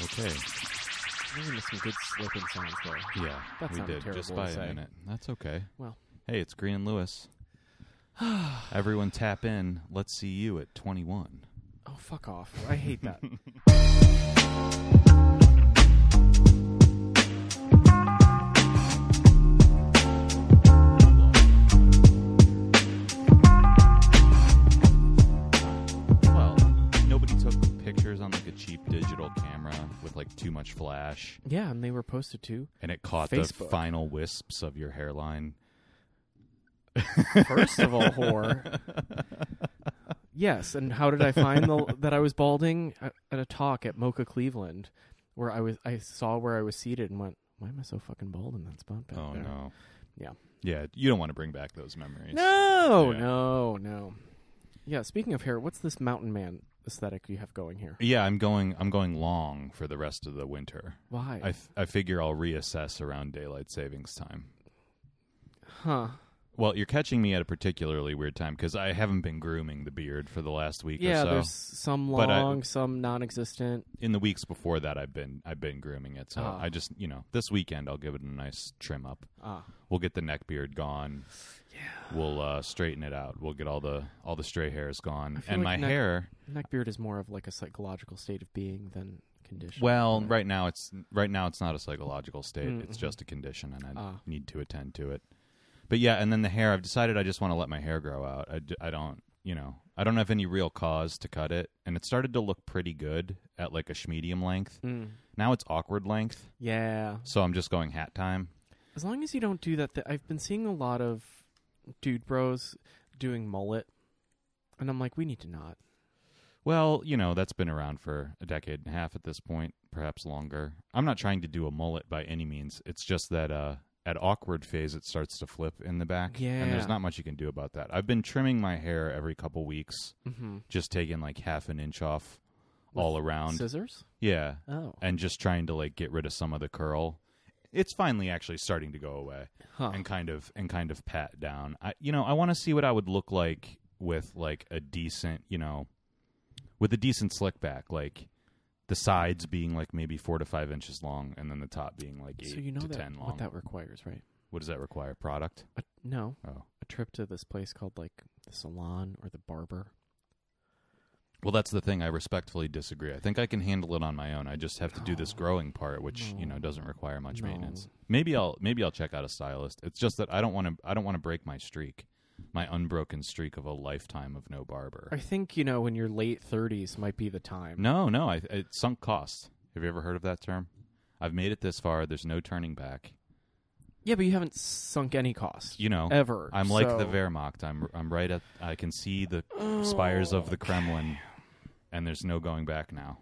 Okay. We missed some good slipping sounds there. Yeah, That we sounded did terrible just by to a say. minute. That's okay. Well. hey, it's Green and Lewis. Everyone, tap in. Let's see you at twenty-one. Oh, fuck off. I hate that. Well, nobody took pictures on like a cheap digital camera with like too much flash, yeah, and they were posted to and it caught the Facebook. final wisps of your hairline. first of all, whore. Yes, and how did I find the, that I was balding at, at a talk at Mocha Cleveland, where I was I saw where I was seated and went, why am I so fucking bald in that spot back Oh there? no. Yeah. Yeah, you don't want to bring back those memories. No, Yeah. no, no. Yeah, speaking of hair, what's this mountain man aesthetic you have going here? Yeah, I'm going. I'm going long for the rest of the winter. Why? I, f- I figure I'll reassess around daylight savings time. huh. Well, you're catching me at a particularly weird time because I haven't been grooming the beard for the last week Yeah, or so. there's some But I- long, some non-existent. In the weeks before that, I've been I've been grooming it. So Ah. I just you know this weekend I'll give it a nice trim up. Ah, We'll get the neck beard gone. Yeah. We'll uh, straighten it out. We'll get all the all the stray hairs gone. feel And my like neck- hair. neckbeard is more of like a psychological state of being than condition. Well, Right. right now it's right now it's not a psychological state. Mm, It's mhm. just a condition, and I Ah. need to attend to it. But yeah, and then the hair. I've decided I just want to let my hair grow out. I, d- I don't, you know, I don't have any real cause to cut it, and it started to look pretty good at like a medium length. Mm. Now it's awkward length, Yeah. so I'm just going hat time. As long as you don't do that, th- I've been seeing a lot of dude bros doing mullet, and I'm like, we need to not. Well, you know, that's been around for a decade and a half at this point, perhaps longer. I'm not trying to do a mullet by any means. It's just that uh at awkward phase it starts to flip in the back. And Yeah. there's not much you can do about that. I've been trimming my hair every couple weeks, Mm-hmm. just taking like half an inch off With all around. Scissors? yeah. Oh. And just trying to like get rid of some of the curl. It's finally actually starting to go away Huh. and kind of and kind of pat down. I you know, I want to see what I would look like with like a decent, you know, with a decent slick back, like the sides being like maybe 4 to 5 inches long and then the top being like 8 so you know to that, 10 long. what that requires, right? what does that require? Product? A, no, Oh. a trip to this place called like the salon or the barber. Well, that's the thing I respectfully disagree. I think I can handle it on my own. I just have to do this No. growing part which, you know, No. doesn't require much No. maintenance. Maybe I'll maybe I'll check out a stylist. It's just that I don't want to I don't want to break my streak. My unbroken streak of a lifetime of no barber. I think you know when your late thirties might be the time. No, no, I, it sunk cost. Have you ever heard of that term? I've made it this far. There's no turning back. Yeah, but you haven't sunk any cost You know, ever. I'm like the so- Wehrmacht. I'm I'm right at. I can see the spires of the Kremlin, and there's no going back now.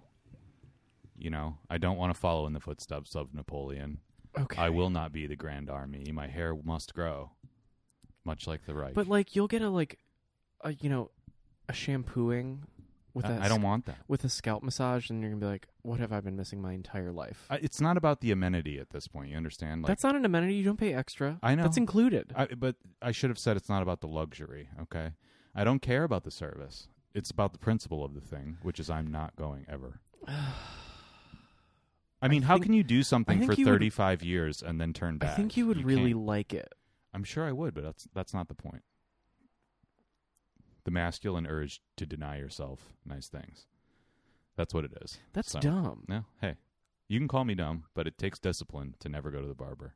You know, I don't want to follow in the footsteps of Napoleon. Okay. I will not be the Grand Army. My hair must grow, much like the Reich. But like, you'll get a like, a, you know, a shampooing with I, that. I don't want that. with a scalp massage, and you're gonna be like, "What have I been missing my entire life?" I, it's not about the amenity at this point. You understand? Like, That's not an amenity. You don't pay extra. I know. That's included. I, but I should have said it's not about the luxury. Okay, I don't care about the service. It's about the principle of the thing, which is I'm not going ever. I mean, how think- can you do something think for you would- 35 years and then turn I back? think you would really can't. like it. I'm sure I would, but that's that's not the point. The masculine urge to deny yourself nice things. That's what it is. That's So, dumb. No, hey, you can call me dumb, but it takes discipline to never go to the barber.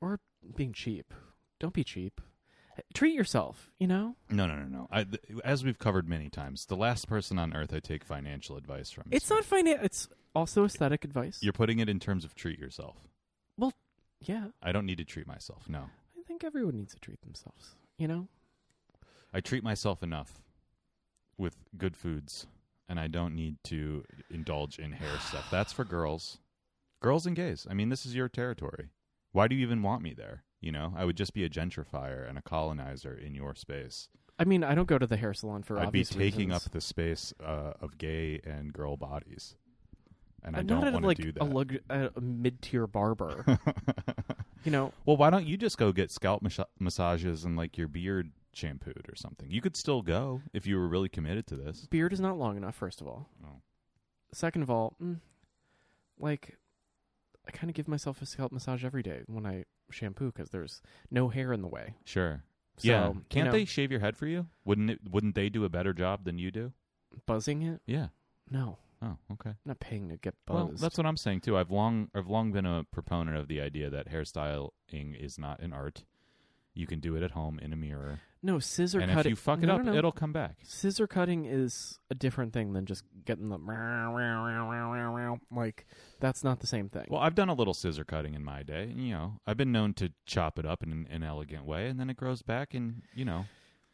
Or being cheap. Don't be cheap. Eh, Treat yourself. You know, No, no, no, no. I, th- as we've covered many times, the last person on earth I take financial advice from. is it's not finan It's also aesthetic advice. me. You're putting it in terms of treat yourself. yeah, I don't need to treat myself. No, I think everyone needs to treat themselves. You know, I treat myself enough with good foods, and I don't need to indulge in hair stuff. That's for girls, girls and gays. I mean, this is your territory. Why do you even want me there? You know, I would just be a gentrifier and a colonizer in your space. I mean, I don't go to the hair salon for I'd be obvious taking reasons. up the space uh, of gay and girl bodies, and I I'm don't not at want like to do that. a, lug- a a mid-tier barber. you know, Well, why don't you just go get scalp mas- massages and like your beard shampooed or something? You could still go if you were really committed to this. Oh. beard is not long enough. First of all, Oh. second of all, mm, like I kind of give myself a scalp massage every day when I shampoo because there's no hair in the way. Sure. So, yeah. you Can't know, they shave your head for you? Wouldn't it? Wouldn't they do a better job than you do? buzzing it? Yeah. No, Oh, okay. I'm not paying to get buzzed. Well, that's what I'm saying too. I've long I've long been a proponent of the idea that hairstyling is not an art. You can do it at home in a mirror, no scissor and if cutting. you fuck it No, up, no, no. it'll come back. scissor cutting is a different thing than just getting the like that's not the same thing. Well, I've done a little scissor cutting in my day. You know, I've been known to chop it up in an, an elegant way, and then it grows back. And you know,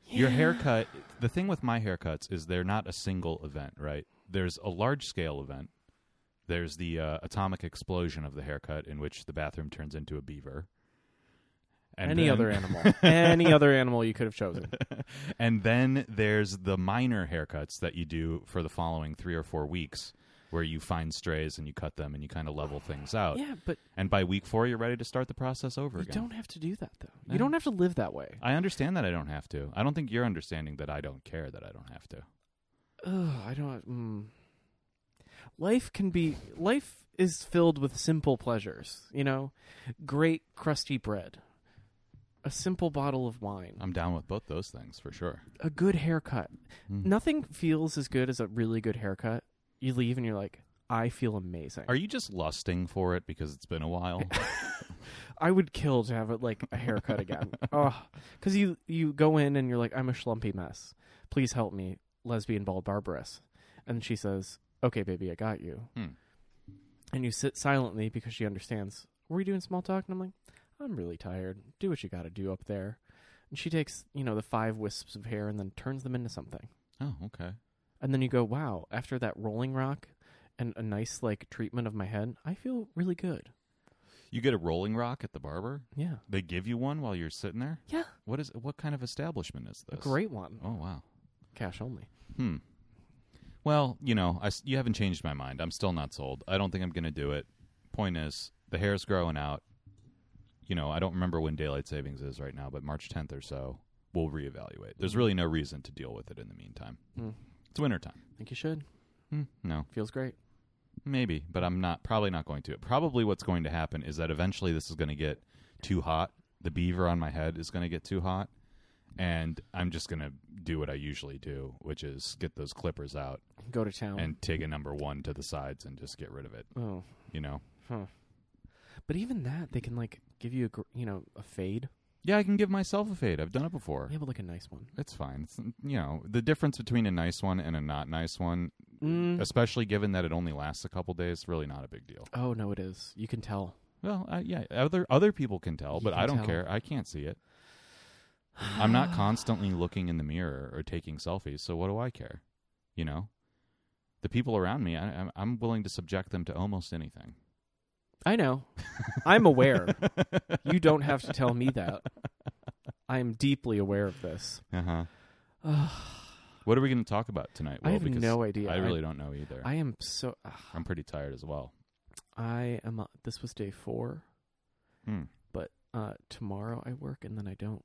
your haircut. The thing with my haircuts is they're not a single event, right? There's a large scale event. There's the uh, atomic explosion of the haircut, in which the bathroom turns into a beaver. And any then- other animal, any other animal you could have chosen. And then there's the minor haircuts that you do for the following three or four weeks, where you find strays and you cut them and you kind of level things out. Yeah, but And by week four, you're ready to start the process over you again. don't have to do that though. Yeah. You don't have to live that way. I understand that I don't have to. I don't think you're understanding that I don't care that I don't have to. Ugh, I don't. Mm. Life can be. Life is filled with simple pleasures. You know, great crusty bread, a simple bottle of wine, I'm down with both those things for sure. a good haircut. Mm. Nothing feels as good as a really good haircut. You leave and you're like, I feel amazing. Are you just lusting for it because it's been a while? I would kill to have it like a haircut again. Oh, because you you go in and you're like, I'm a schlumpy mess. Please help me, lesbian bald barbarous. And she says, Okay, baby, I got you. Hmm. And you sit silently because she understands. Were you doing small talk? And I'm like, I'm really tired. Do what you got to do up there. And she takes you know the five wisps of hair and then turns them into something. oh, okay. And then you go, Wow! After that rolling rock and a nice like treatment of my head, I feel really good. You get a rolling rock at the barber. Yeah, They give you one while you're sitting there. Yeah. What is? What kind of establishment is a this? great one. Oh wow. Cash only. Hmm. Well, you know, I s you haven't changed my mind. I'm still not sold. I don't think I'm going to do it. Point is, the hair's growing out. You know, I don't remember when daylight savings is right now, but March 10th or so, we'll reevaluate. There's really no reason to deal with it in the meantime. Mm. It's wintertime. Think you should. Hmm, no, Feels great. maybe, but I'm not probably not going to. Probably what's going to happen is that eventually this is going to get too hot. The beaver on my head is going to get too hot, and I'm just going to do what I usually do, which is get those clippers out Go to town. and take a number one to the sides and just get rid of it. oh, You know? huh. But even that, they can like give you a gr- you know a fade. Yeah, I can give myself a fade. I've done it before. Yeah, but like a nice one. It's fine. It's, you know, the difference between a nice one and a not nice one, Mm. especially given that it only lasts a couple days, really not a big deal. oh no, it is. You can tell. Well, I, yeah, other other people can tell, You but I can don't tell. care. I can't see it. I'm not constantly looking in the mirror or taking selfies, so what do I care? You know, the people around me, I, I'm- I'm willing to subject them to almost anything. I know. I'm aware. you don't have to tell me that. I am deeply aware of this. Uh huh. Ugh. What are we going to talk about tonight? I Will? have because no idea. I really don't know either. I am so. ugh. I'm pretty tired as well. I am. Uh, this was day four, Hmm. but uh, tomorrow I work and then I don't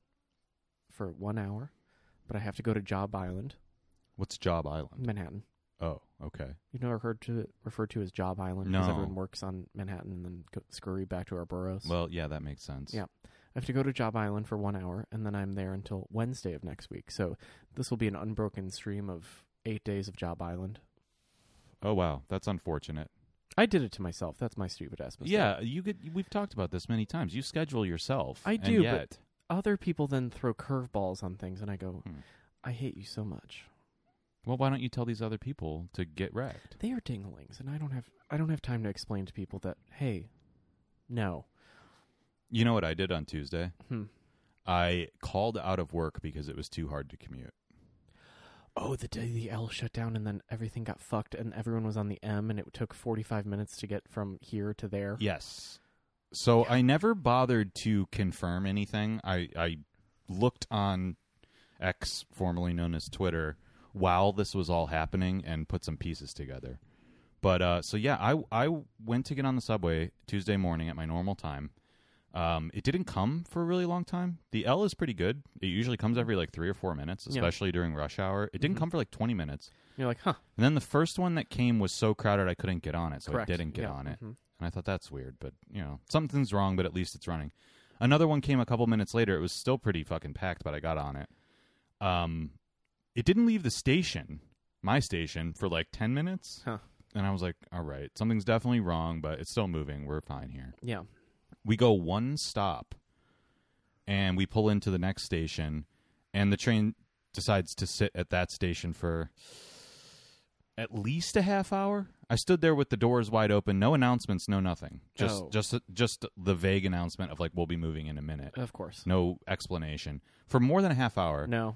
for one hour. But I have to go to Job Island, What's Job Island? Manhattan. Oh, okay. You've never heard to referred to as Job Island because No. everyone works on Manhattan and then go, scurry back to our boroughs. Well, yeah, that makes sense. Yeah. I have to go to Job Island for one hour, and then I'm there until Wednesday of next week. So this will be an unbroken stream of eight days of Job Island. Oh wow, that's unfortunate. I did it to myself. That's my stupid ass mistake. Yeah, you get. We've talked about this many times. You schedule yourself. I and do, but- yet- Other people then throw curveballs on things, and I go, Hmm. I hate you so much. well, why don't you tell these other people to get wrecked? They are dinglings, and I don't have I don't have time to explain to people that hey, no, You know what I did on Tuesday? hmm. I called out of work because it was too hard to commute. Oh, the day the L shut down and then everything got fucked and everyone was on the M and it took 45 minutes to get from here to there. Yes. So I never bothered to confirm anything. I, I looked on X, formerly known as Twitter, while this was all happening and put some pieces together. But uh, so yeah, I I went to get on the subway Tuesday morning at my normal time. Um, it didn't come for a really long time. The L is pretty good. It usually comes every like three or four minutes, Yeah. especially during rush hour. It didn't Mhm. come for like twenty minutes. You're like, huh? And then the first one that came was so crowded I couldn't get on it, so correct. I didn't get Yeah, on it. mhm. And I thought that's weird, but you know, something's wrong, but at least it's running. Another one came a couple minutes later. It was still pretty fucking packed, but I got on it. Um, it didn't leave the station, my station, for like 10 minutes. Huh. And I was like, all right, something's definitely wrong, but it's still moving. We're fine here. Yeah. We go one stop and we pull into the next station, and the train decides to sit at that station for at least a half hour. I stood there with the doors wide open, no announcements, no nothing. Just Oh. just just the vague announcement of like we'll be moving in a minute. Of course. No explanation for more than a half hour. No.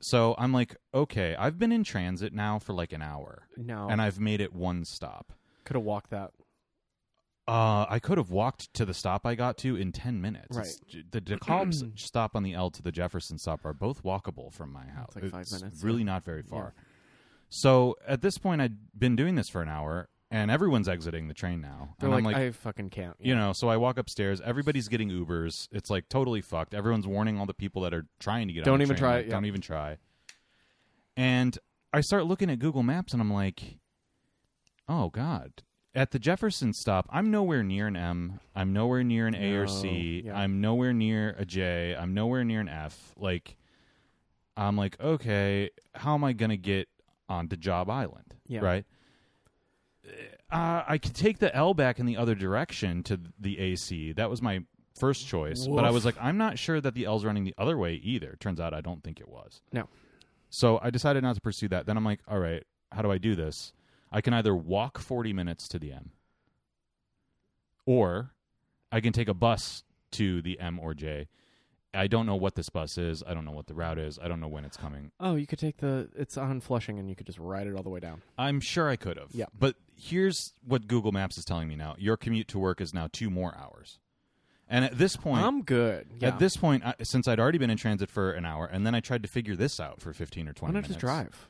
So I'm like, okay, I've been in transit now for like an hour No. and I've made it one stop. could have walked that. Uh, I could have walked to the stop I got to in 10 minutes. Right. It's- The DeKalb's stop on the L to the Jefferson stop are both walkable from my house. like five minutes. really not very far. So at this point, I'd been doing this for an hour, and everyone's exiting the train now. They're and like, I'm like, I fucking can't. you know, so I walk upstairs. Everybody's getting Ubers. It's like totally fucked. Everyone's warning all the people that are trying to get. on Don't the even train, try like, it, yeah. Don't even try. And I start looking at Google Maps, and I'm like, oh god. At the Jefferson stop, I'm nowhere near an M. I'm nowhere near an A or C. No, yeah. am nowhere near a J. I'm nowhere near an F. Like, I'm like, okay, how am I gonna get onto Job Island? Yeah. Right. Uh, I could take the L back in the other direction to the AC. That was my first choice, but I Woof. was like, I'm not sure that the L's running the other way either. Turns out I don't think it was. No. So I decided not to pursue that. Then I'm like, all right, how do I do this? I can either walk 40 minutes to the M, or I can take a bus to the M or J. I don't know what this bus is. I don't know what the route is. I don't know when it's coming. Oh, you could take the. It's on Flushing, and you could just ride it all the way down. I'm sure I could have. Yeah. But here's what Google Maps is telling me now. Your commute to work is now two more hours. And at this point, I'm good. Yeah. at this point, I, since I'd already been in transit for an hour, and then I tried to figure this out for 15 or 20 why not minutes. just drive?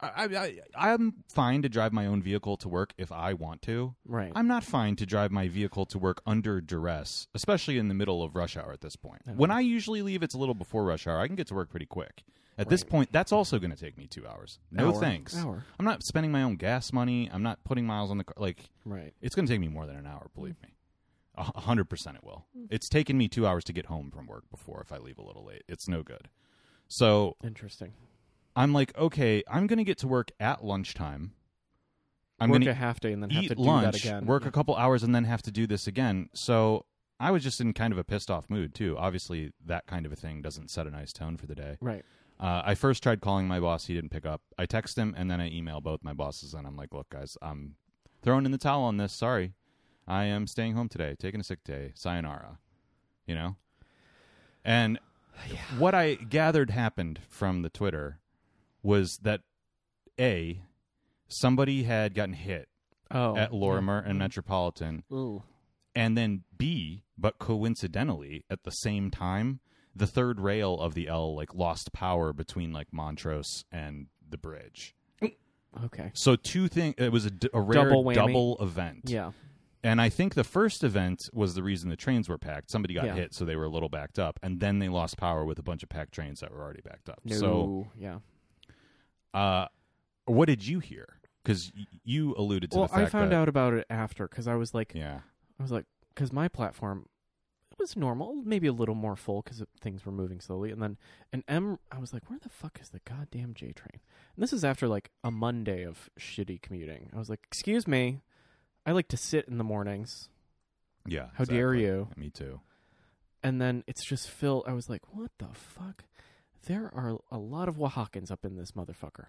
I, I, I, I'm fine to drive my own vehicle to work if I want to. Right. I'm not fine to drive my vehicle to work under duress, especially in the middle of rush hour at this point. When I usually leave, it's a little before rush hour. I can get to work pretty quick. At this Right. point, that's also going to take me two hours. No Hour. thanks. Hour. I'm not spending my own gas money. I'm not putting miles on the car. Like, right. it's going to take me more than an hour, believe me. A hu- a hundred percent it will. It's taken me two hours to get home from work before if I leave a little late. It's no good. So Interesting. I'm like, okay, I'm going to get to work at lunchtime. I'm work gonna a half day and then have eat to do that lunch, again. work a couple hours, and then have to do this again. So I was just in kind of a pissed off mood too. Obviously, that kind of a thing doesn't set a nice tone for the day. Right. Uh, I first tried calling my boss; he didn't pick up. I text him, and then I email both my bosses, and I'm like, "Look, guys, I'm throwing in the towel on this. Sorry, I am staying home today, taking a sick day. Sayonara." You know. And what I gathered happened from the Twitter was that a somebody had gotten hit Oh. at Lorimer and Metropolitan. Ooh. And then B, but coincidentally, at the same time, the third rail of the L like lost power between like Montrose and the bridge. Okay. So two things. It was a, d- a rare Double whammy. double event. Yeah. And I think the first event was the reason the trains were packed. Somebody got Yeah. hit, so they were a little backed up, and then they lost power with a bunch of packed trains that were already backed up. No. So, yeah. uh, what did you hear? Because y- you alluded to Well, the I fact found that, out about it after because I was like, Yeah. I was like, because my platform it was normal, maybe a little more full because things were moving slowly. And then an M, I was like, where the fuck is the goddamn J train? And this is after like a Monday of shitty commuting. I was like, excuse me, I like to sit in the mornings, Yeah. How dare exactly. you. Me too. and then it's just filled. I was like, what the fuck? There are a lot of Oaxacans up in this motherfucker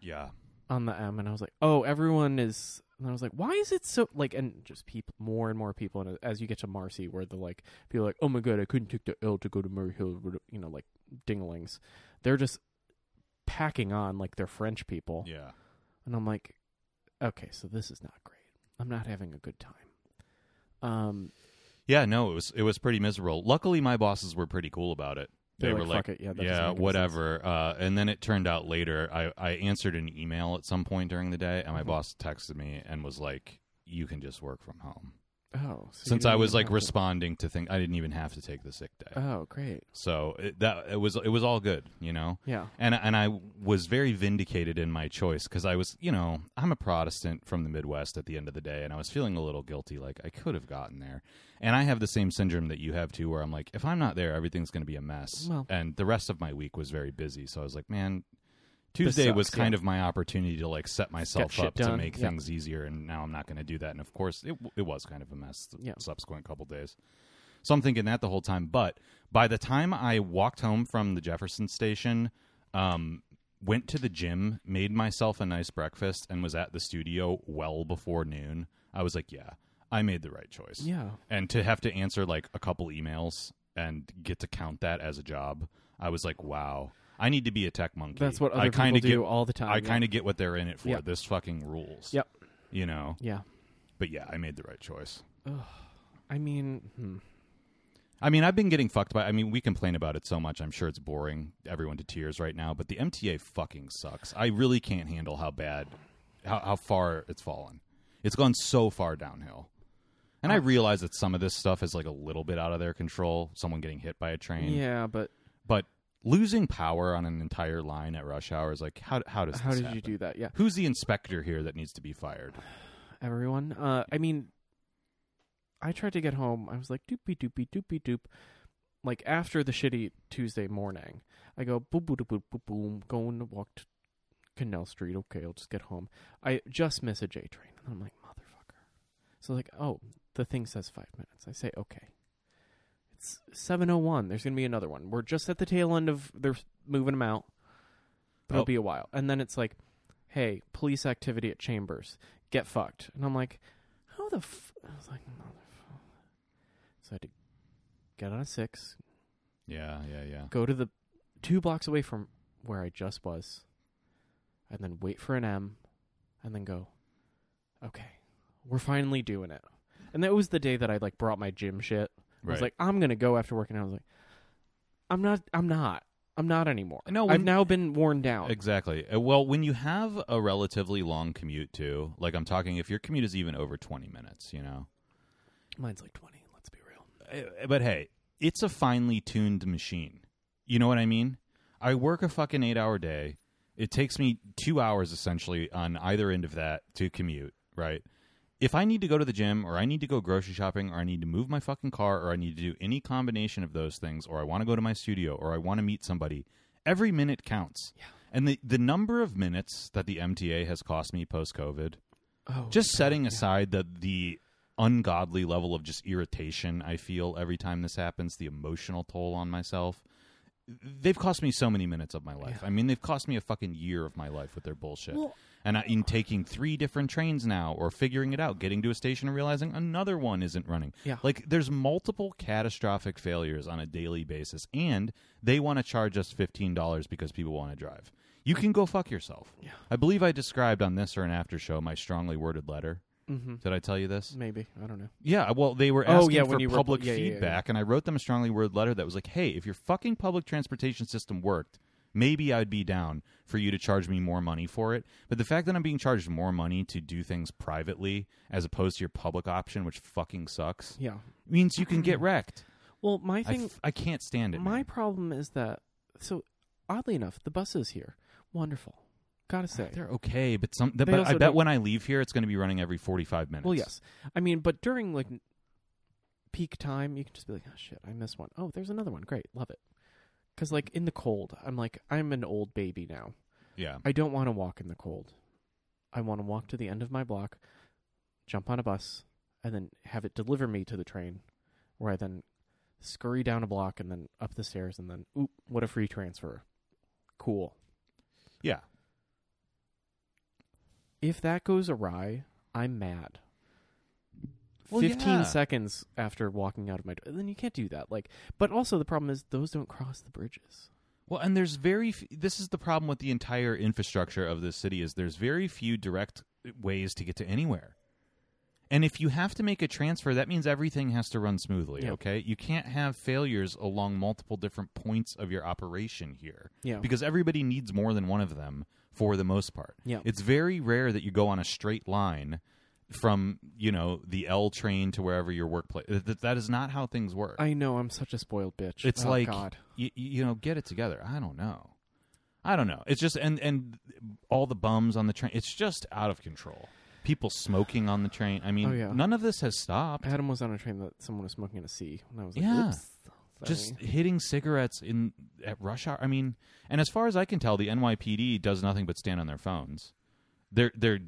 Yeah. on the M, and I was like, oh, everyone is. And I was like, why is it so like? And just people, more and more people. And as you get to Marcy, where the like people are like, oh my god, I couldn't take the L to go to Murray Hill, you know, like dinglings. They're just packing on like they're French people, Yeah. and I'm like, okay, so this is not great. I'm not having a good time. Um, Yeah, no, it was it was pretty miserable. Luckily, my bosses were pretty cool about it. They they're were like, fuck it, yeah, that doesn't make yeah, any sense." whatever. Uh, and then it turned out later, I, I answered an email at some point during the day, and my Mhm. boss texted me and was like, "You can just work from home." Oh, so you since didn't I was even like have to- responding to things, I didn't even have to take the sick day. Oh, great. so it, that it was it was all good, you know. Yeah. And and I was very vindicated in my choice because I was, you know, I'm a Protestant from the Midwest at the end of the day, and I was feeling a little guilty, like I could have gotten there. And I have the same syndrome that you have too, where I'm like, if I'm not there, everything's going to be a mess. Well- and the rest of my week was very busy, so I was like, man. Tuesday was sucks, yeah. kind of my opportunity to like set myself shit up to done, make yeah. things easier, and now I'm not going to do that. And of course, it w- it was kind of a mess the Yeah. subsequent couple days. So I'm thinking that the whole time. But by the time I walked home from the Jefferson station, um, went to the gym, made myself a nice breakfast, and was at the studio well before noon, I was like, yeah, I made the right choice. Yeah. And to have to answer like a couple emails and get to count that as a job, I was like, wow. I need to be a tech monkey. That's what other I people kinda do get, all the time. I kind of get what they're in it for. Yeah. This fucking rules. Yep. You know, Yeah. but yeah, I made the right choice. I mean, hmm. I mean, I've been getting fucked by. I mean, we complain about it so much. I'm sure it's boring everyone to tears right now, but the MTA fucking sucks. I really can't handle how bad, how, how far it's fallen. It's gone so far downhill. And I Oh. realize that some of this stuff is like a little bit out of their control, someone getting hit by a train. yeah, but But losing power on an entire line at rush hour is like, how, how does how this did happen? you do that? Yeah. Who's the inspector here that needs to be fired? everyone. Uh, I mean, I tried to get home. I was like doopy doopy doopy doop. Like after the shitty Tuesday morning, I go boop boop boop boop boom. Going to walk to Canal Street. Okay, I'll just get home. I just miss a J train, and I'm like motherfucker. So like, oh, the thing says five minutes. I say okay. It's seven oh one. There's gonna be another one. We're just at the tail end of they're moving them out. But Oh. It'll be a while, and then it's like, hey, police activity at Chambers get fucked. And I'm like, how the f-? I was like, motherfucker. So I had to get on a six, Yeah, yeah, yeah. go to the two blocks away from where I just was, and then wait for an M, and then go, okay, we're finally doing it. And that was the day that I like brought my gym shit. I was Right. like, I'm gonna go after work, and I was like, I'm not, I'm not, I'm not anymore. No, I've when- now been worn down. Exactly. Uh, Well, when you have a relatively long commute too, like I'm talking, if your commute is even over 20 minutes, you know. Mine's like 20. Let's be real. Uh, But hey, it's a finely tuned machine. You know what I mean? I work a fucking eight hour day. It takes me two hours essentially on either end of that to commute, right? If I need to go to the gym or I need to go grocery shopping or I need to move my fucking car or I need to do any combination of those things or I want to go to my studio or I want to meet somebody, every minute counts. Yeah. And the, the number of minutes that the MTA has cost me post COVID Oh, just setting aside the the ungodly level of just irritation I feel every time this happens, the emotional toll on myself. They've cost me so many minutes of my life. I mean, they've cost me a fucking year of my life with their bullshit. Well- and I, in taking three different trains now, or figuring it out, getting to a station and realizing another one isn't running. Yeah. like there's multiple catastrophic failures on a daily basis, and they want to charge us fifteen dollars because people want to drive. You can go fuck yourself. Yeah. I believe I described on this or an after show my strongly worded letter. mm-hmm. Did I tell you this? Maybe I don't know. Yeah. Well, they were Oh, asking yeah, for when you were- public yeah, yeah, yeah, feedback, and I wrote them a strongly worded letter that was like, "Hey, if your fucking public transportation system worked, maybe I'd be down for you to charge me more money for it. But the fact that I'm being charged more money to do things privately as opposed to your public option, which fucking sucks, Yeah. means you can get wrecked. Well, my I, thing, f- I can't stand it. Mm-hmm. my man. problem is that so oddly enough, the buses here, wonderful. Gotta say, They're okay, but some. They but I also bet don't- when I leave here, it's going to be running every 45 minutes. well, yes, I mean, but during like n- peak time, you can just be like, oh shit, I missed one. Oh, there's another one. Great, love it. Because like in the cold, I'm like, I'm an old baby now. Yeah. I don't want to walk in the cold. I want to walk to the end of my block, jump on a bus, and then have it deliver me to the train, where I then scurry down a block and then up the stairs and then oop, what a free transfer. Cool. Yeah. If that goes awry, I'm mad. Well, 15 yeah. seconds after walking out of my door. Then you can't do that. Like, but also the problem is those don't cross the bridges. Well, and there's very f- this is the problem with the entire infrastructure of this city is there's very few direct ways to get to anywhere. And if you have to make a transfer, that means everything has to run smoothly, Yeah. okay? You can't have failures along multiple different points of your operation here Yeah. because everybody needs more than one of them for the most part. Yeah. It's very rare that you go on a straight line from you know the L train to wherever your workplace. That, that is not how things work. I know I'm such a spoiled bitch. it's Oh, like God. y- y- you know, get it together. I don't know. I don't know. It's just and and all the bums on the train. It's just out of control. People smoking on the train. I mean, Oh, yeah. none of this has stopped. Adam was on a train that someone was smoking in a C, and I was like, Yeah. Oops, sorry. just hitting cigarettes in at rush hour. I mean, and as far as I can tell, the NYPD does nothing but stand on their phones. They're they're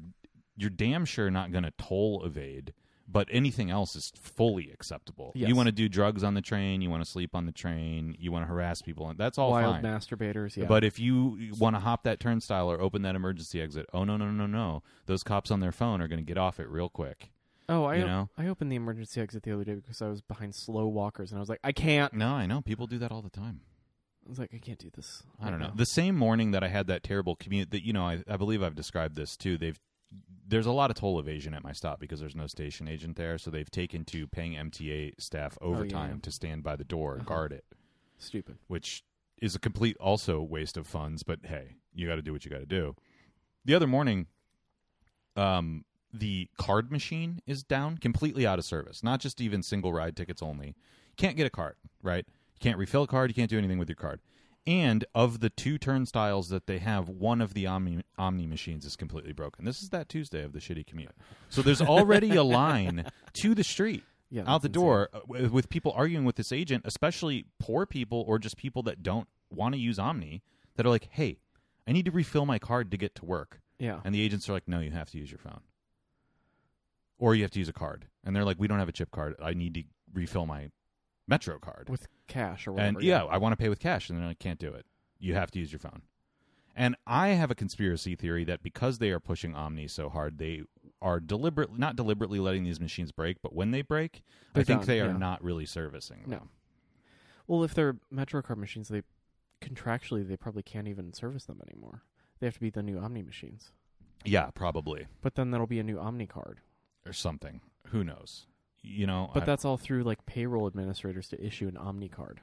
you're damn sure not going to toll evade, but anything else is fully acceptable. Yes. You want to do drugs on the train, you want to sleep on the train, you want to harass people, and that's all wild fine. masturbators. Yeah, But if you want to hop that turnstile or open that emergency exit, oh no no no no! Those cops on their phone are going to get off it real quick. oh, I you know? I opened the emergency exit the other day because I was behind slow walkers, and I was like, I can't. No, I know people do that all the time. I was like, I can't do this. I don't right know. now." The same morning that I had that terrible commute, that you know, I, I believe I've described this too. They've there's a lot of toll evasion at my stop because there's no station agent there, so they've taken to paying MTA staff overtime to stand by the door and Uh-huh. guard it, Stupid. which is a complete also waste of funds. But hey, you got to do what you got to do. The other morning, um, the card machine is down, completely out of service. Not just even single ride tickets only. Can't get a card, right? You can't refill a card. You can't do anything with your card. And of the two turnstiles that they have, one of the Omni, Omni machines is completely broken. This is that Tuesday of the shitty commute. So there's already a line to the street, Yeah, out that's the insane. door, uh, with- with people arguing with this agent, especially poor people or just people that don't want to use Omni, that are like, hey, I need to refill my card to get to work. Yeah. And the agents are like, no, you have to use your phone. Or you have to use a card. And they're like, we don't have a chip card. I need to refill my Metro card. with cash or whatever. and yeah, I want to pay with cash. And they're like, can't do it. You have to use your phone. And I have a conspiracy theory that because they are pushing Omni so hard, they are deliberately, not deliberately letting these machines break, but when they break, They're I think done, they are yeah. not really servicing them. No. Well, if they're MetroCard machines, they contractually they probably can't even service them anymore. They have to be the new Omni machines. Yeah, probably. But then that'll be a new Omni card. Or something. Who knows? You know, But I- that's all through like payroll administrators to issue an Omni card.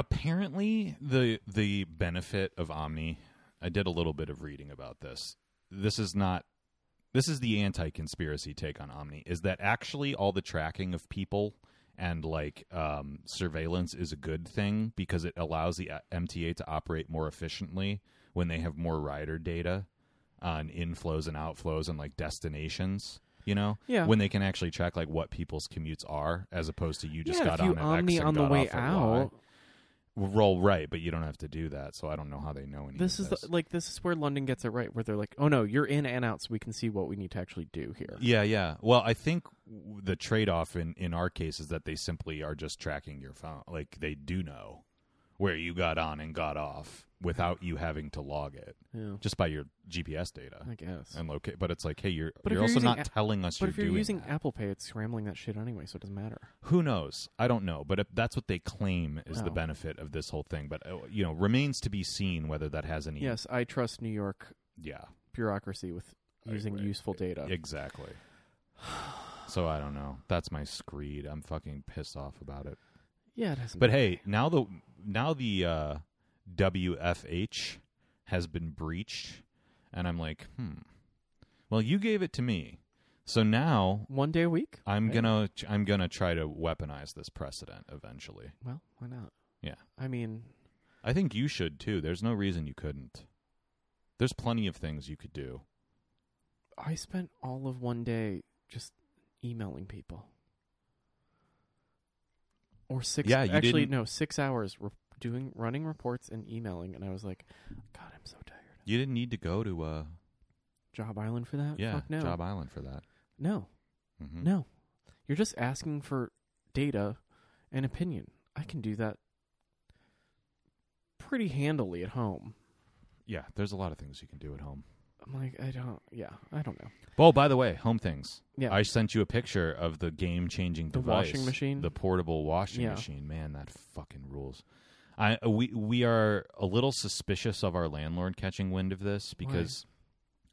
apparently the the benefit of omni i did a little bit of reading about this this is not this is the anti-conspiracy take on omni is that actually all the tracking of people and like um, surveillance is a good thing because it allows the uh, mta to operate more efficiently when they have more rider data on inflows and outflows and like destinations you know Yeah. when they can actually track like what people's commutes are as opposed to you just yeah, got if you on an Omni X and on the got way off at Y. out, Roll right, but you don't have to do that, so I don't know how they know any. this of is the, like this is where London gets it right, where they're like, oh no, you're in and out, so we can see what we need to actually do here. yeah, yeah. Well, I think w- the trade-off in in our case is that they simply are just tracking your phone, like they do know where you got on and got off without you having to log it, Yeah, just by your GPS data I guess. and locate. But it's like, hey, you're But if you're you're also using not a- telling us but you're if you're doing using that. Apple Pay, it's scrambling that shit anyway, so it doesn't matter. Who knows? I don't know, but if that's what they claim is Oh. the benefit of this whole thing. But uh, you know, remains to be seen whether that has any. Yes, I trust New York Yeah. bureaucracy with Right, using right. useful data. Exactly. So I don't know. That's my screed. I'm fucking pissed off about it. Yeah, it hasn't. But been- hey, now the now the uh, WFH has been breached, and I'm like, hmm. Well, you gave it to me, so now one day a week. I'm Right. gonna I'm gonna try to weaponize this precedent eventually. Well, why not? Yeah. I mean, I think you should too. There's no reason you couldn't. There's plenty of things you could do. I spent all of one day just emailing people. Or six. Yeah, you actually, didn't- no, six hours re- doing running reports and emailing, and I was like, God, I'm so tired. You didn't need to go to uh Job Island for that? yeah Oh, Fuck no. Job Island for that. no, Mm-hmm. no. You're just asking for data and opinion. I can do that pretty handily at home. Yeah, there's a lot of things you can do at home. I'm like, I don't. Yeah, I don't know. Oh, by the way, home things. Yeah. I sent you a picture of the game-changing The device, washing machine? the portable washing Yeah. machine. Man, that fucking rules. I we we are a little suspicious of our landlord catching wind of this because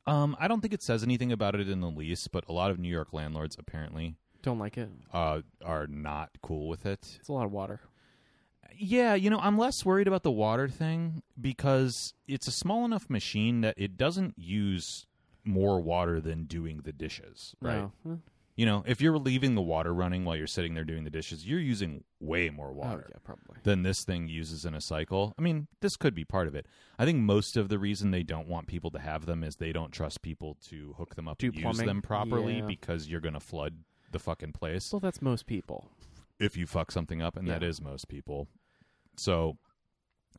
um I don't think it says anything about it in the lease, but a lot of New York landlords apparently Don't like it. uh are not cool with it. It's a lot of water. Yeah, you know, I'm less worried about the water thing because it's a small enough machine that it doesn't use more water than doing the dishes, right? No. Huh? Oh, You know, if you're leaving the water running while you're sitting there doing the dishes, you're using way more water Oh, yeah, probably. than this thing uses in a cycle. I mean, this could be part of it. I think most of the reason they don't want people to have them is they don't trust people to hook them up Do and use plumbing. them properly Yeah. because you're going to flood the fucking place Well, that's most people. if you fuck something up, and that Yeah. is most people. So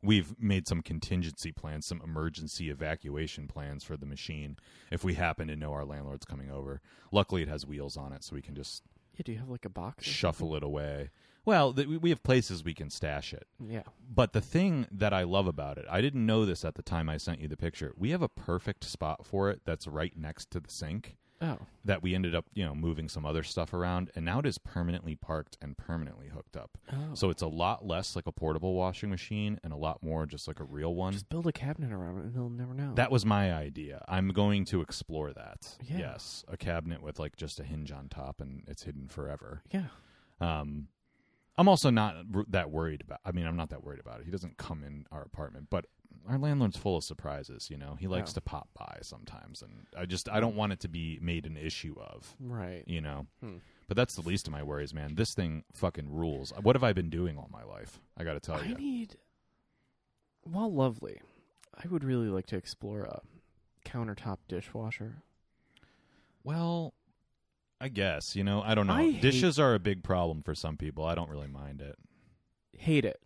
we've made some contingency plans, some emergency evacuation plans for the machine if we happen to know our landlord's coming over. Luckily, it has wheels on it, so we can just Yeah, do you have like a box? or shuffle it away. Well, th- we- we have places we can stash it. something? yeah. But the thing that I love about it, I didn't know this at the time I sent you the picture. We have a perfect spot for it that's right next to the sink Oh, that we ended up, you know, moving some other stuff around and now it is permanently parked and permanently hooked up. oh. So it's a lot less like a portable washing machine and a lot more just like a real one. just oh. build a cabinet around it, and they'll never know. that was my idea. I'm going to explore that. Yeah. Yes, a cabinet with like just a hinge on top and it's hidden forever. yeah. Um, I'm also not r- that worried about. I mean, I'm not that worried about it. He doesn't come in our apartment, but our landlord's full of surprises. You know, he likes Oh. to pop by sometimes, and I just I don't want it to be made an issue of. Right. You know, Hmm. but that's the least of my worries, man. This thing fucking rules. What have I been doing all my life? I got to tell I you. need. While lovely, I would really like to explore a countertop dishwasher. Well, I guess, you know, I don't know. I hate- Dishes are a big problem for some people. I don't really mind it. Hate it.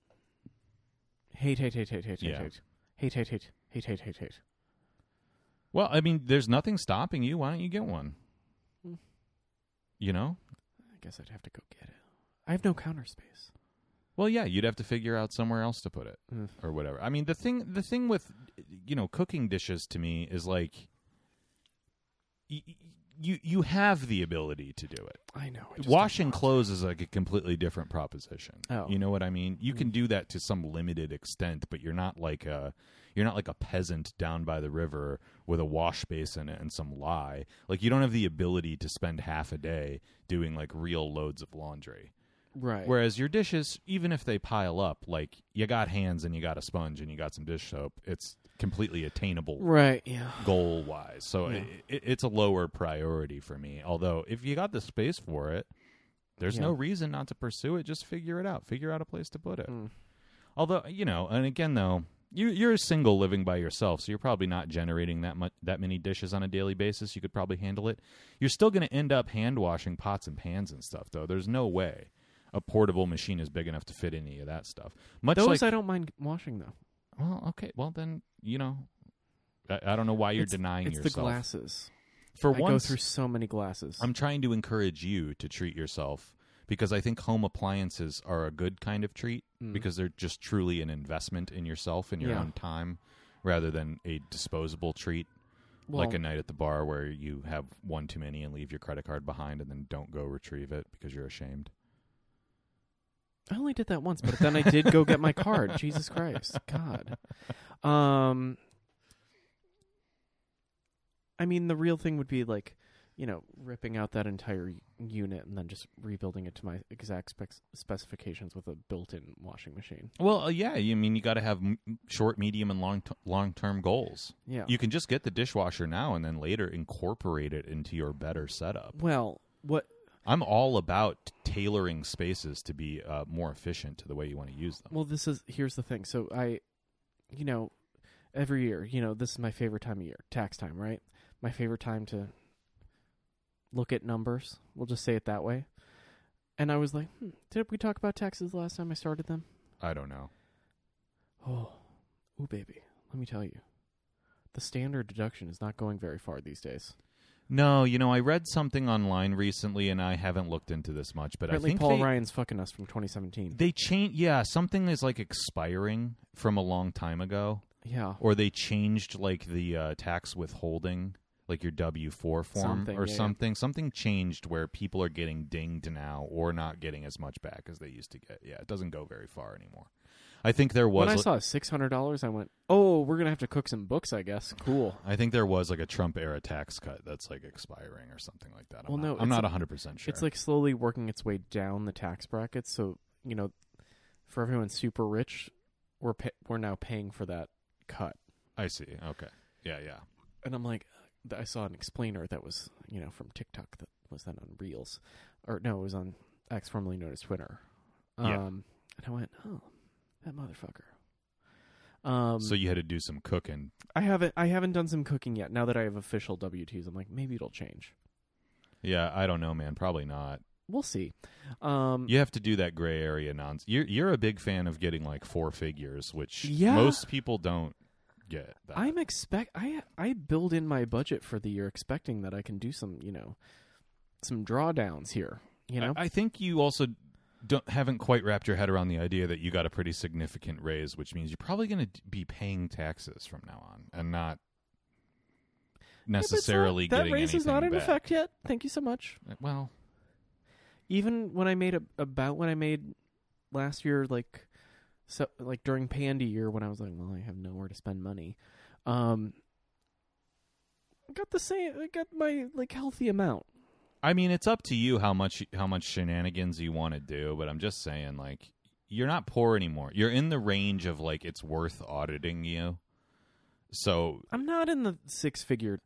Hate, hate, hate, hate, hate, hate, Yeah. hate, hate, hate, hate, hate, hate, hate, hate. Well, I mean, there's nothing stopping you. Why don't you get one? Hmm. You know? I guess I'd have to go get it. I have no counter space. Well, yeah, you'd have to figure out somewhere else to put it Mm. or whatever. I mean, the thing the thing with you know, cooking dishes to me is like y- y- you you have the ability to do it. I know. I just don't washing want it. clothes is like a completely different proposition. Oh. Hmm. You know what I mean? You can do that to some limited extent, but you're not like a you're not like a peasant down by the river with a wash basin and some lye. Like you don't have the ability to spend half a day doing like real loads of laundry. Right. Whereas your dishes, even if they pile up, like you got hands and you got a sponge and you got some dish soap, it's completely attainable right. Yeah. goal wise. So Yeah. it, it's a lower priority for me. Although if you got the space for it, there's no Yeah. reason not to pursue it. Just figure it out. Figure out a place to put it. Mm. Although you know, and again though, you you're single living by yourself, so you're probably not generating that much that many dishes on a daily basis. You could probably handle it. You're still going to end up hand washing pots and pans and stuff though. There's no way a portable machine is big enough to fit any of that stuff. Much Those like I don't mind washing though. well, okay, well then you know. I, I don't know why you're It's- denying it's yourself. the glasses. For I once, go through so many glasses. I'm trying to encourage you to treat yourself because I think home appliances are a good kind of treat Mm. because they're just truly an investment in yourself and your Yeah. own time rather than a disposable treat well, like a night at the bar where you have one too many and leave your credit card behind and then don't go retrieve it because you're ashamed. I only did that once, but then I did go get my card. Jesus Christ, God. Um, I mean, the real thing would be like, you know, ripping out that entire y- unit and then just rebuilding it to my exact specs- specifications with a built-in washing machine. Well, uh, yeah, you I mean you got to have m- short, medium and long t- long-term goals. Yeah. You can just get the dishwasher now and then later incorporate it into your better setup. well, what? I'm all about tailoring spaces to be uh, more efficient to the way you want to use them. Well, this is here's the thing. So I, you know, every year, you know, this is my favorite time of year, tax time, right? My favorite time to look at numbers. We'll just say it that way. And I was like, hmm, did we talk about taxes last time I started them? I don't know. Oh, ooh, baby. Let me tell you, the standard deduction is not going very far these days. No, you know, I read something online recently, and I haven't looked into this much, but Apparently, I think Paul they, Ryan's fucking us from 2017. they changed. Yeah, something is like expiring from a long time ago, yeah. or they changed like the uh, tax withholding, like your W four form Something, or yeah, yeah. something. Something changed where people are getting dinged now, or not getting as much back as they used to get. Yeah, it doesn't go very far anymore. I think there was When I li- saw $600, I went, oh, we're going to have to cook some books, I guess. Cool. I think there was like a Trump era tax cut that's like expiring or something like that. I'm Well, not, no, I'm it's not a- 100% sure. It's like slowly working its way down the tax bracket. So you know, for everyone super rich, we're pa- we're now paying for that cut. I see. Okay. Yeah, yeah. And I'm like, uh, I saw an explainer that was you know from TikTok that was then on Reels, or no, it was on X formerly known as Twitter. Um, Yeah. And I went, oh, that motherfucker. Um, so you had to do some cooking. I haven't I haven't done some cooking yet. Now that I have official WTs, I'm like maybe it'll change. Yeah, I don't know, man. Probably not. We'll see. Um, You have to do that gray area nonsense. You're you're a big fan of getting like four figures, which Yeah. most people don't get. That. I'm expect I I build in my budget for the year expecting that I can do some you know some drawdowns here. You know, I, I think you also don't haven't quite wrapped your head around the idea that you got a pretty significant raise, which means you're probably going to be paying taxes from now on and not Yeah, but it's not- necessarily that getting raise is anything not in back. effect yet. Thank you so much. Well, even when I made a, about when I made last year, like so, like during Pandy year, when I was like, well, I have nowhere to spend money. Um, I got the same. I got my like healthy amount. I mean, it's up to you how much how much shenanigans you want to do, but I'm just saying, like, you're not poor anymore. You're in the range of like it's worth auditing you. So I'm not in the six figure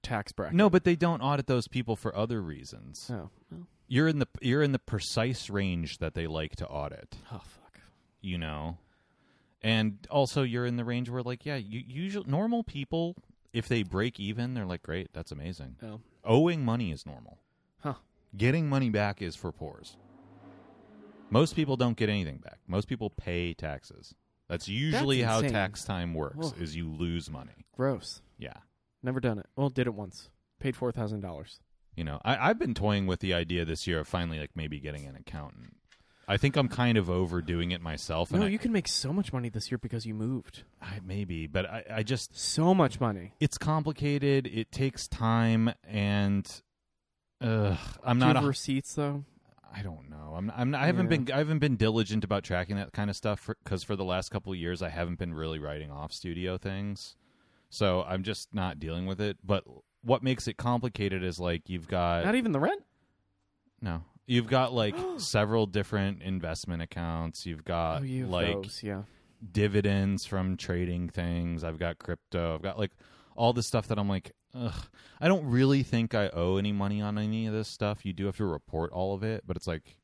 tax bracket. no, but they don't audit those people for other reasons. Oh, well, You're in the you're in the precise range that they like to audit. oh fuck. you know and also you're in the range where like yeah you usual normal people if they break even they're like great that's amazing Oh, owing money is normal huh. getting money back is for poors most people don't get anything back most people pay taxes that's usually how insane. tax time works Ugh. is you lose money Gross. yeah Never done it. Well, did it once. Paid four thousand dollars. you know I, i've been toying with the idea this year of finally like maybe getting an accountant i think i'm kind of overdoing it myself and No, I, you can make so much money this year because you moved. I maybe but i, I just So much money. it's complicated. It takes time, and uh, I'm Do you not. have A, receipts though. I don't know. I'm. I'm. I haven't Yeah. been. I haven't been diligent about tracking that kind of stuff because for the last couple of years, I haven't been really writing off studio things. So I'm just not dealing with it. But what makes it complicated is like you've got Not even the rent. no. You've got like several different investment accounts. You've got oh, you have uh, like those, yeah. dividends from trading things. I've got crypto. I've got like all the stuff that I'm like, ugh. I don't really think I owe any money on any of this stuff. You do have to report all of it, but it's like,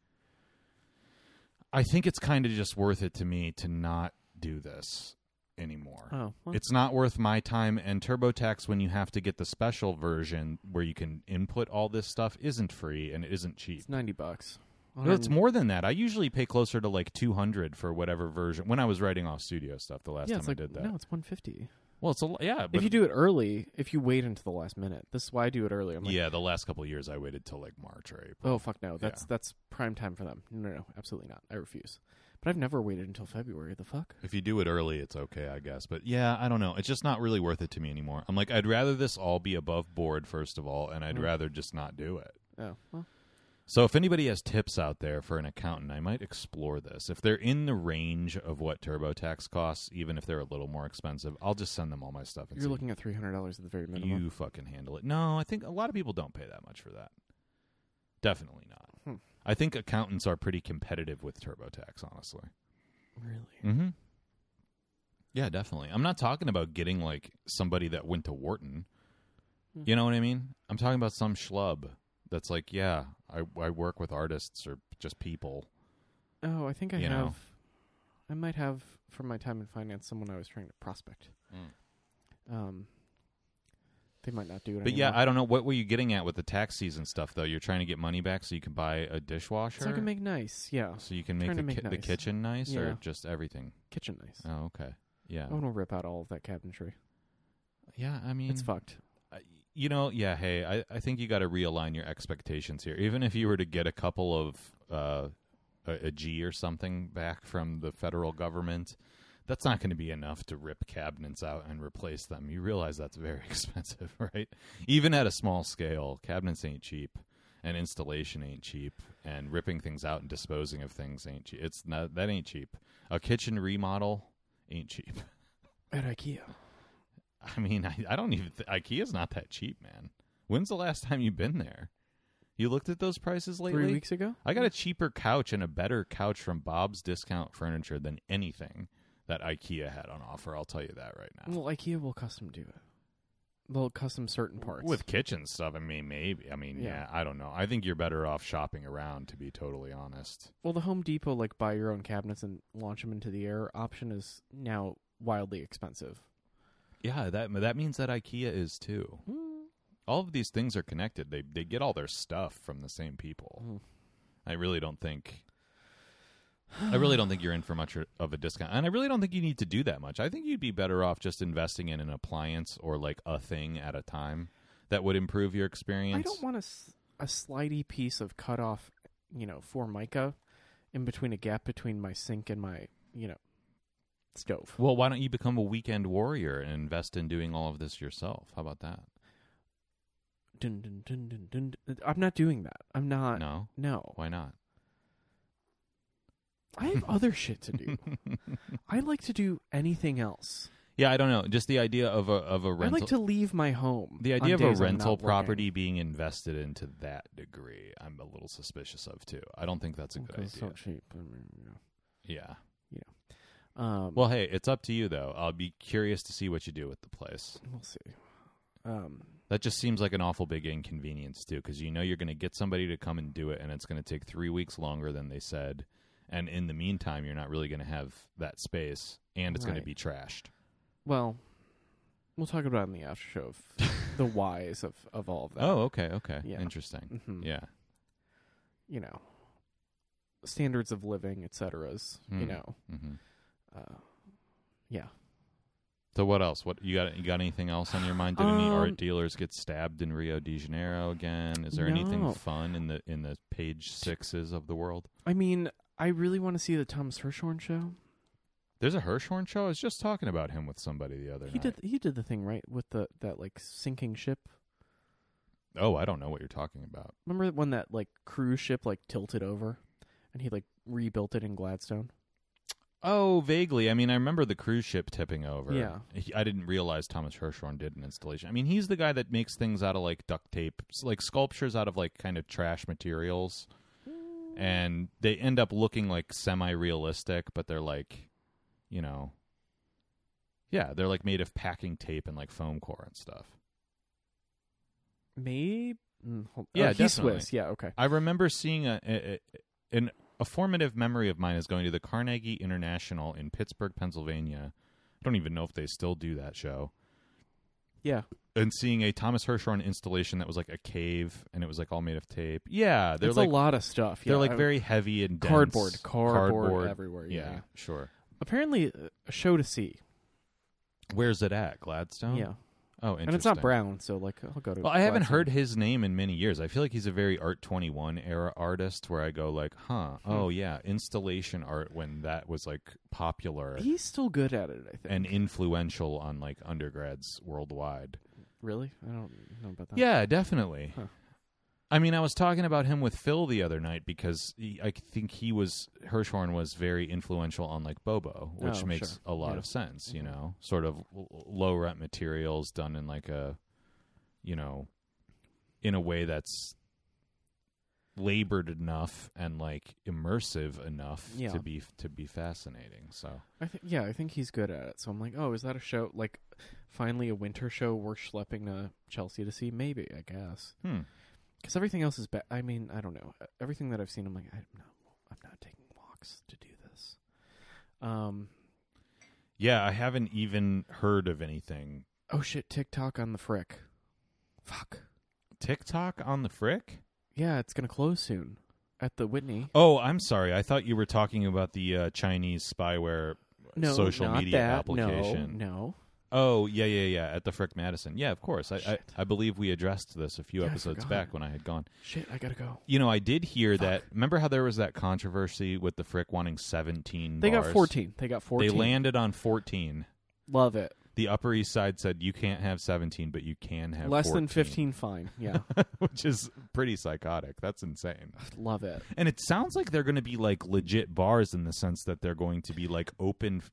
I think it's kind of just worth it to me to not do this anymore. Oh, well, It's not worth my time. And TurboTax, when you have to get the special version where you can input all this stuff, isn't free and it isn't cheap. It's ninety bucks. Um, No, it's more than that. I usually pay closer to like 200 for whatever version when I was writing off studio stuff the last yeah, time it's like I did that. no, it's one fifty. Well, it's a l- yeah, but If you do it early, if you wait until the last minute, this is why I do it early. I'm like, yeah, the last couple of years I waited till like March or April. oh fuck no, that's that's prime time for them. No, no, no, absolutely not. I refuse. But I've never waited until February. The fuck? If you do it early, it's okay, I guess. But yeah, I don't know. It's just not really worth it to me anymore. I'm like, I'd rather this all be above board first of all, and I'd Mm. rather just not do it. Oh well, So if anybody has tips out there for an accountant, I might explore this. If they're in the range of what TurboTax costs, even if they're a little more expensive, I'll just send them all my stuff. And you're see. looking at three hundred dollars at the very minimum. You fucking handle it. No, I think a lot of people don't pay that much for that. Definitely not. Hmm. I think accountants are pretty competitive with TurboTax, honestly. Really? Mm-hmm. Yeah, definitely. I'm not talking about getting like somebody that went to Wharton. Mhm. You know what I mean? I'm talking about some schlub that's like, yeah, I, I work with artists or just people. Oh, I think I You have. know. I might have from my time in finance someone I was trying to prospect. Um, they might not do it. Mm. But anymore. yeah, I don't know. What were you getting at with the tax season stuff, though? You're trying to get money back so you can buy a dishwasher? so I can make nice. Yeah, So you can make, Trying the, to make ki- the nice. kitchen nice Yeah. or just everything? kitchen nice. Oh, okay. Yeah. I want to rip out all of that cabinetry. Yeah, I mean, It's fucked. I- You know, yeah, hey, I, I think you got to realign your expectations here. Even if you were to get a couple of uh, a, a G or something back from the federal government, that's not going to be enough to rip cabinets out and replace them. You realize that's very expensive, right? Even at a small scale, cabinets ain't cheap. And installation ain't cheap, and ripping things out and disposing of things ain't cheap. It's not that ain't cheap. A kitchen remodel ain't cheap. At IKEA. I mean, I, I don't even. Th- IKEA's not that cheap, man. When's the last time you've been there? You looked at those prices lately. Three weeks ago? I got a cheaper couch and a better couch from Bob's Discount Furniture than anything that IKEA had on offer. I'll tell you that right now. Well, IKEA will custom do it. They'll custom certain parts. With kitchen stuff, I mean, maybe. I mean, yeah. Yeah. I don't know. I think you're better off shopping around, to be totally honest. well, the Home Depot like buy your own cabinets and launch them into the air option is now wildly expensive. Yeah, that that means that IKEA is too. All of these things are connected. They they get all their stuff from the same people. Mm. I really don't think. I really don't think you're in for much of a discount, and I really don't think you need to do that much. I think you'd be better off just investing in an appliance or like a thing at a time that would improve your experience. I don't want a, s- a slidey piece of cut off, you know, formica in between a gap between my sink and my, you know, stove. Well, why don't you become a weekend warrior and invest in doing all of this yourself? How about that? Dun, dun, dun, dun, dun, dun. I'm not doing that. I'm not. no, No. why not? I have other shit to do. I like to do anything else. Yeah, I don't know. Just the idea of a of a rental. I like to leave my home. the on idea of a days I'm rental not working. property being invested into that degree, I'm a little suspicious of too. I don't think that's a good Because idea. it's so cheap. I mean, you know. Yeah. Um, Well, hey, it's up to you though. I'll be curious to see what you do with the place. we'll see. Um, That just seems like an awful big inconvenience too, because you know you're going to get somebody to come and do it, and it's going to take three weeks longer than they said. And in the meantime, you're not really going to have that space, and it's going to Right. be trashed. well, we'll talk about it in the after show of the whys of, of all of that. Oh, okay, okay, Yeah. interesting. Mhm. Yeah, you know standards of living etc you Hmm. know hmm uh, yeah So what else? What you got? You got anything else on your mind? Did any Um, art dealers get stabbed in Rio de Janeiro again? Is there anything No. fun in the in the page sixes of the world? i mean i really want to see the thomas hirshhorn show There's a Hirschhorn show. I was just talking about him with somebody the other he night. did he did the thing right with the that like sinking ship Oh, I don't know what you're talking about. remember when that like cruise ship like tilted over and he like rebuilt it in gladstone Oh, vaguely. I mean, I remember the cruise ship tipping over. Yeah. He- I didn't realize Thomas Hirschhorn did an installation. I mean, he's the guy that makes things out of like duct tape, s- like sculptures out of like kind of trash materials. And they end up looking like semi realistic, but they're like, you know, yeah, they're like made of packing tape and like foam core and stuff. maybe mm, hold, Yeah, oh, he's definitely. swiss yeah okay I remember seeing a, a, a an a formative memory of mine is going to the Carnegie International in Pittsburgh, Pennsylvania. I don't even know if they still do that show. yeah And seeing a Thomas Hirshhorn installation that was like a cave and it was like all made of tape. Yeah, they're it's like a lot of stuff they're yeah, like I- very heavy and dense. cardboard, cardboard everywhere, Yeah, yeah. sure. apparently uh, a show to see Where's it at? Gladstone. yeah Oh, interesting. and it's not brown so like i'll go to Well, I haven't Gladstone. heard his name in many years. I feel like he's a very Art 21 era artist where I go like, "Huh, Hmm. oh yeah, installation art when that was like popular he's still good at it i think and influential on like undergrads worldwide." Really? I don't know about that. Yeah, definitely. Huh. I mean, I was talking about him with Phil the other night because he, I think he was Hirschhorn was very influential on like Bobo, which Oh, makes sure. a lot Yeah. of sense. You Mhm. know, sort of l- low rent materials done in like a, you know, in a way that's labored enough and like immersive enough Yeah. to be to be fascinating. So I think yeah, I think he's good at it. So I'm like, oh, is that a show like finally a winter show worth schlepping to Chelsea to see? Maybe I guess hmm. because everything else is bad. I mean, I don't know. E, Everything that I've seen, I'm like, I'm not, I'm not taking walks to do this. Um. yeah, I haven't even heard of anything Oh shit! TikTok on the frick. Fuck. TikTok on the frick. Yeah, it's gonna close soon at the Whitney. Oh, I'm sorry. I thought you were talking about the uh, Chinese spyware. No, Social not media that. application. No, no. Oh, yeah, yeah, yeah. At the Frick Madison. Yeah, of course. I, I, Shit. I believe we addressed this a few Yeah, I episodes forgot. back when I had gone. Shit, I gotta go. You know, I did hear that. Remember how there was that controversy with the Frick wanting 17 They bars? got 14. They got 14. They landed on 14. Love it. The Upper East Side said you can't have 17, but you can have Less than 14," 15 fine. Yeah. which is pretty psychotic. That's insane. Love it. And it sounds like they're going to be like legit bars in the sense that they're going to be like open f-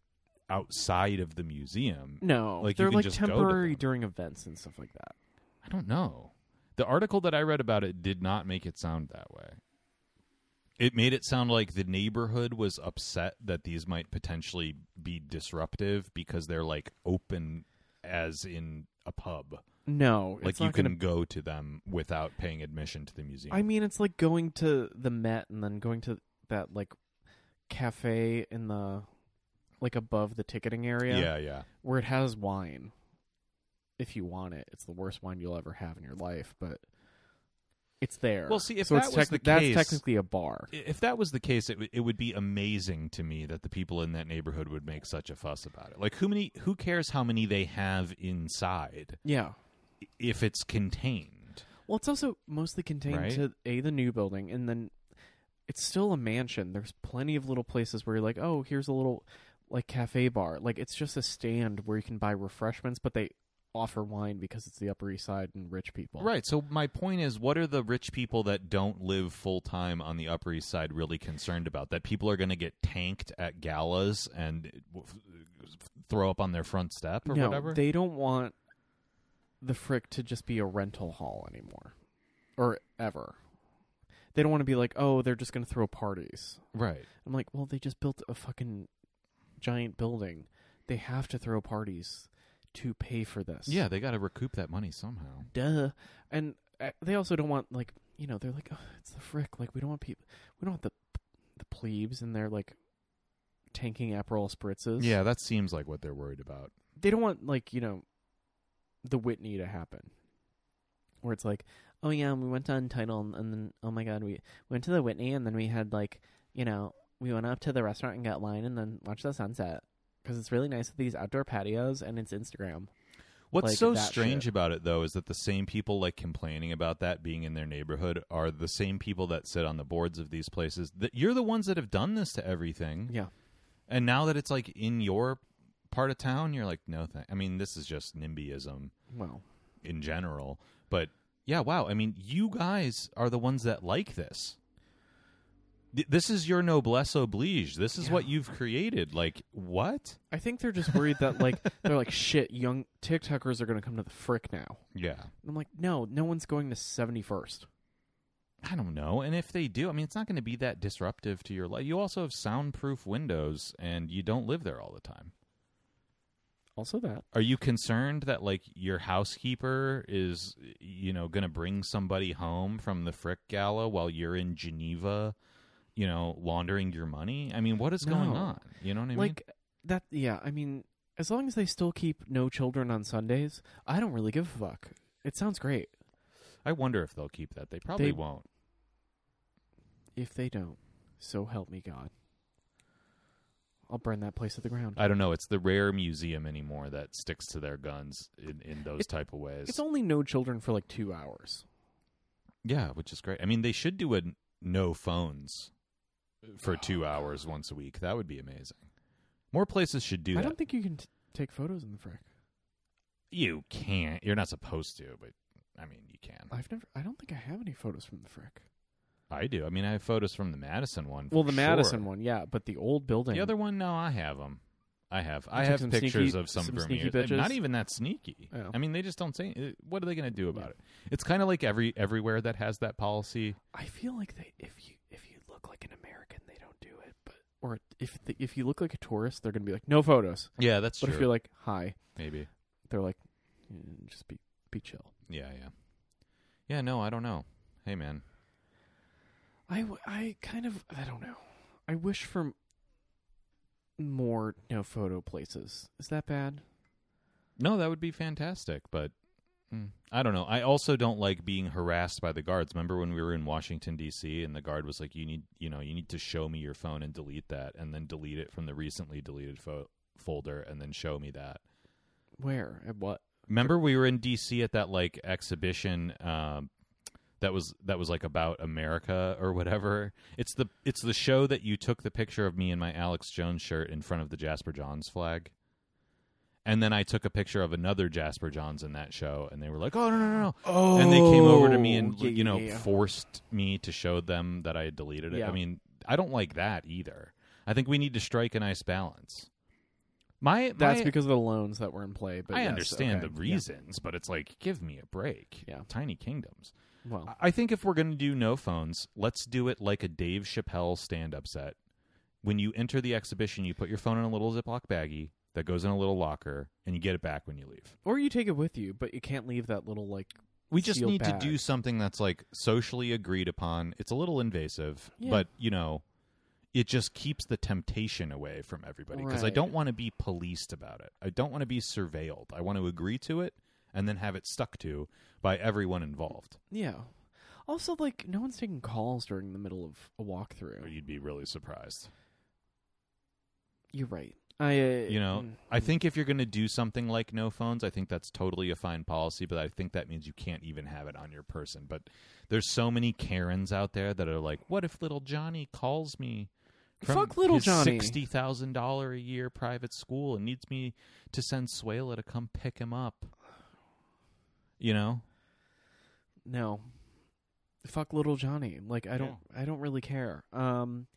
outside of the museum No, Like, you they're can like just go to temporary them. during events and stuff like that. I don't know. The article that I read about it did not make it sound that way. It made it sound like the neighborhood was upset that these might potentially be disruptive because they're like open as in a pub. No, Like it's you not can gonna- go to them without paying admission to the museum. I mean, it's like going to the Met and then going to that like cafe in the like above the ticketing area yeah, yeah. where it has wine. If you want it, it's the worst wine you'll ever have in your life, but it's there. Well, see, if so that it's was the case- that's technically a bar. I- If that was the case, it, w- it would be amazing to me that the people in that neighborhood would make such a fuss about it. Like, who many? Who cares how many they have inside Yeah. if it's contained? Well, it's also mostly contained Right? to a the new building, and then it's still a mansion. There's plenty of little places where you're like, oh, here's a little like cafe bar. Like it's just a stand where you can buy refreshments, but they offer wine because it's the Upper East Side and rich people. Right. So my point is, what are the rich people that don't live full time on the Upper East Side really concerned about? That people are going to get tanked at galas and uh, w- f- throw up on their front step or no, whatever. they don't want the frick to just be a rental hall anymore, or ever. They don't want to be like, oh, they're just going to throw parties. right. I'm like, well, they just built a fucking giant building. They have to throw parties to pay for this. Yeah, they got to recoup that money somehow. duh. And uh, they also don't want like you know they're like oh, it's the frick like we don't want people we don't want the the plebes and they're like tanking Aperol spritzes. Yeah, that seems like what they're worried about. they don't want like you know the Whitney to happen where it's like oh yeah we went to Untitled and then oh my god we went to the Whitney and then we had like you know we went up to the restaurant and got wine and then watched the sunset because it's really nice with these outdoor patios and it's Instagram. What's like so that strange shit. about it though is that the same people like complaining about that being in their neighborhood are the same people that sit on the boards of these places. That you're the ones that have done this to everything. Yeah. And now that it's like in your part of town, you're like, no thank I mean, this is just NIMBYism Well, in general. But yeah, wow. I mean, you guys are the ones that like this. Th- This is your noblesse oblige. This is Yeah. what you've created. Like, what? I think they're just worried that like they're like shit, young TikTokers are gonna come to the frick now. Yeah. And I'm like, no, no one's going to seventy first. I don't know. And if they do, I mean, it's not going to be that disruptive to your life. You also have soundproof windows and you don't live there all the time. Also that. Are you concerned that, like, your housekeeper is, you know, going to bring somebody home from the Frick Gala while you're in Geneva, you know, laundering your money? I mean, what is going No. on? You know what I mean? like that yeah, I mean as long as they still keep no children on Sundays, I don't really give a fuck. It sounds great. I wonder if they'll keep that. They probably They- won't. If they don't, so help me God. I'll burn that place to the ground. I don't know. It's the rare museum anymore that sticks to their guns in, in those It- type of ways. It's only no children for like two hours. Yeah, which is great. I mean, they should do a n- no phones Oh, for two hours once a week. That would be amazing. More places should do I that. don't think you can t- take photos in the frick. you can't. You're not supposed to, but I mean, you can. I've never. I don't think I have any photos from the frick. I do. I mean, I have photos from the Madison one. for Well, the sure. Madison one, yeah, but the old building. The other one, no, I have them. I have. I took have some pictures sneaky- of some, some from sneaky years- Not bitches? even that sneaky. Oh. I mean, they just don't say. eh, What are they going to do about Yeah. it? It's kind of like every everywhere that has that policy. I feel like they if you if you look like an American, they don't do it. But or if the, if you look like a tourist, they're gonna be like no photos. Yeah, that's But true. if you're like hi, Maybe. they're like "Mm, just be be chill. Yeah, yeah, yeah. No, I don't know. Hey, man. I w- I kind of I don't know. I wish for m- more no photo places. Is that bad? No, that would be fantastic, but mm, I don't know. I also don't like being harassed by the guards. Remember when we were in Washington D.C. and the guard was like, "You need, you know, you need to show me your phone and delete that, and then delete it from the recently deleted fo- folder, and then show me that." Where at what? Remember we were in D.C. at that like exhibition um, that was that was like about America or whatever. It's the it's the show that you took the picture of me in my Alex Jones shirt in front of the Jasper Johns flag. And then I took a picture of another Jasper Johns in that show, and they were like, "Oh no, no, no, no!" Oh, and they came over to me and yeah, you know Oh, yeah, yeah. forced me to show them that I had deleted it. Yeah. I mean, I don't like that either. I think we need to strike a nice balance. My that's my, because of the loans that were in play. But I yes, understand okay, the yeah. reasons, but it's like, give me a break. Yeah. Tiny kingdoms. Well, I- I think if we're going to do no phones, let's do it like a Dave Chappelle stand up set. When you enter the exhibition, you put your phone in a little Ziploc baggie that goes in a little locker, and you get it back when you leave. Or you take it with you, but you can't leave that little like We just Sealed need bag. to do something that's like socially agreed upon. It's a little invasive, Yeah. but you know, it just keeps the temptation away from everybody because I Right. don't want to be policed about it. I don't want to be surveilled. I want to agree to it and then have it stuck to by everyone involved. yeah. Also, like no one's taking calls during the middle of a Or walkthrough. you'd be really surprised. You're right. I uh, You know, mm, I think if you're going to do something like no phones, I think that's totally a fine policy, but I think that means you can't even have it on your person. But there's so many Karens out there that are like, what if little Johnny calls me from Fuck little his Johnny." $60,000 a year private school and needs me to send Suela to come pick him up? You know? no. Fuck little Johnny. Like I don't. I don't really care. Um,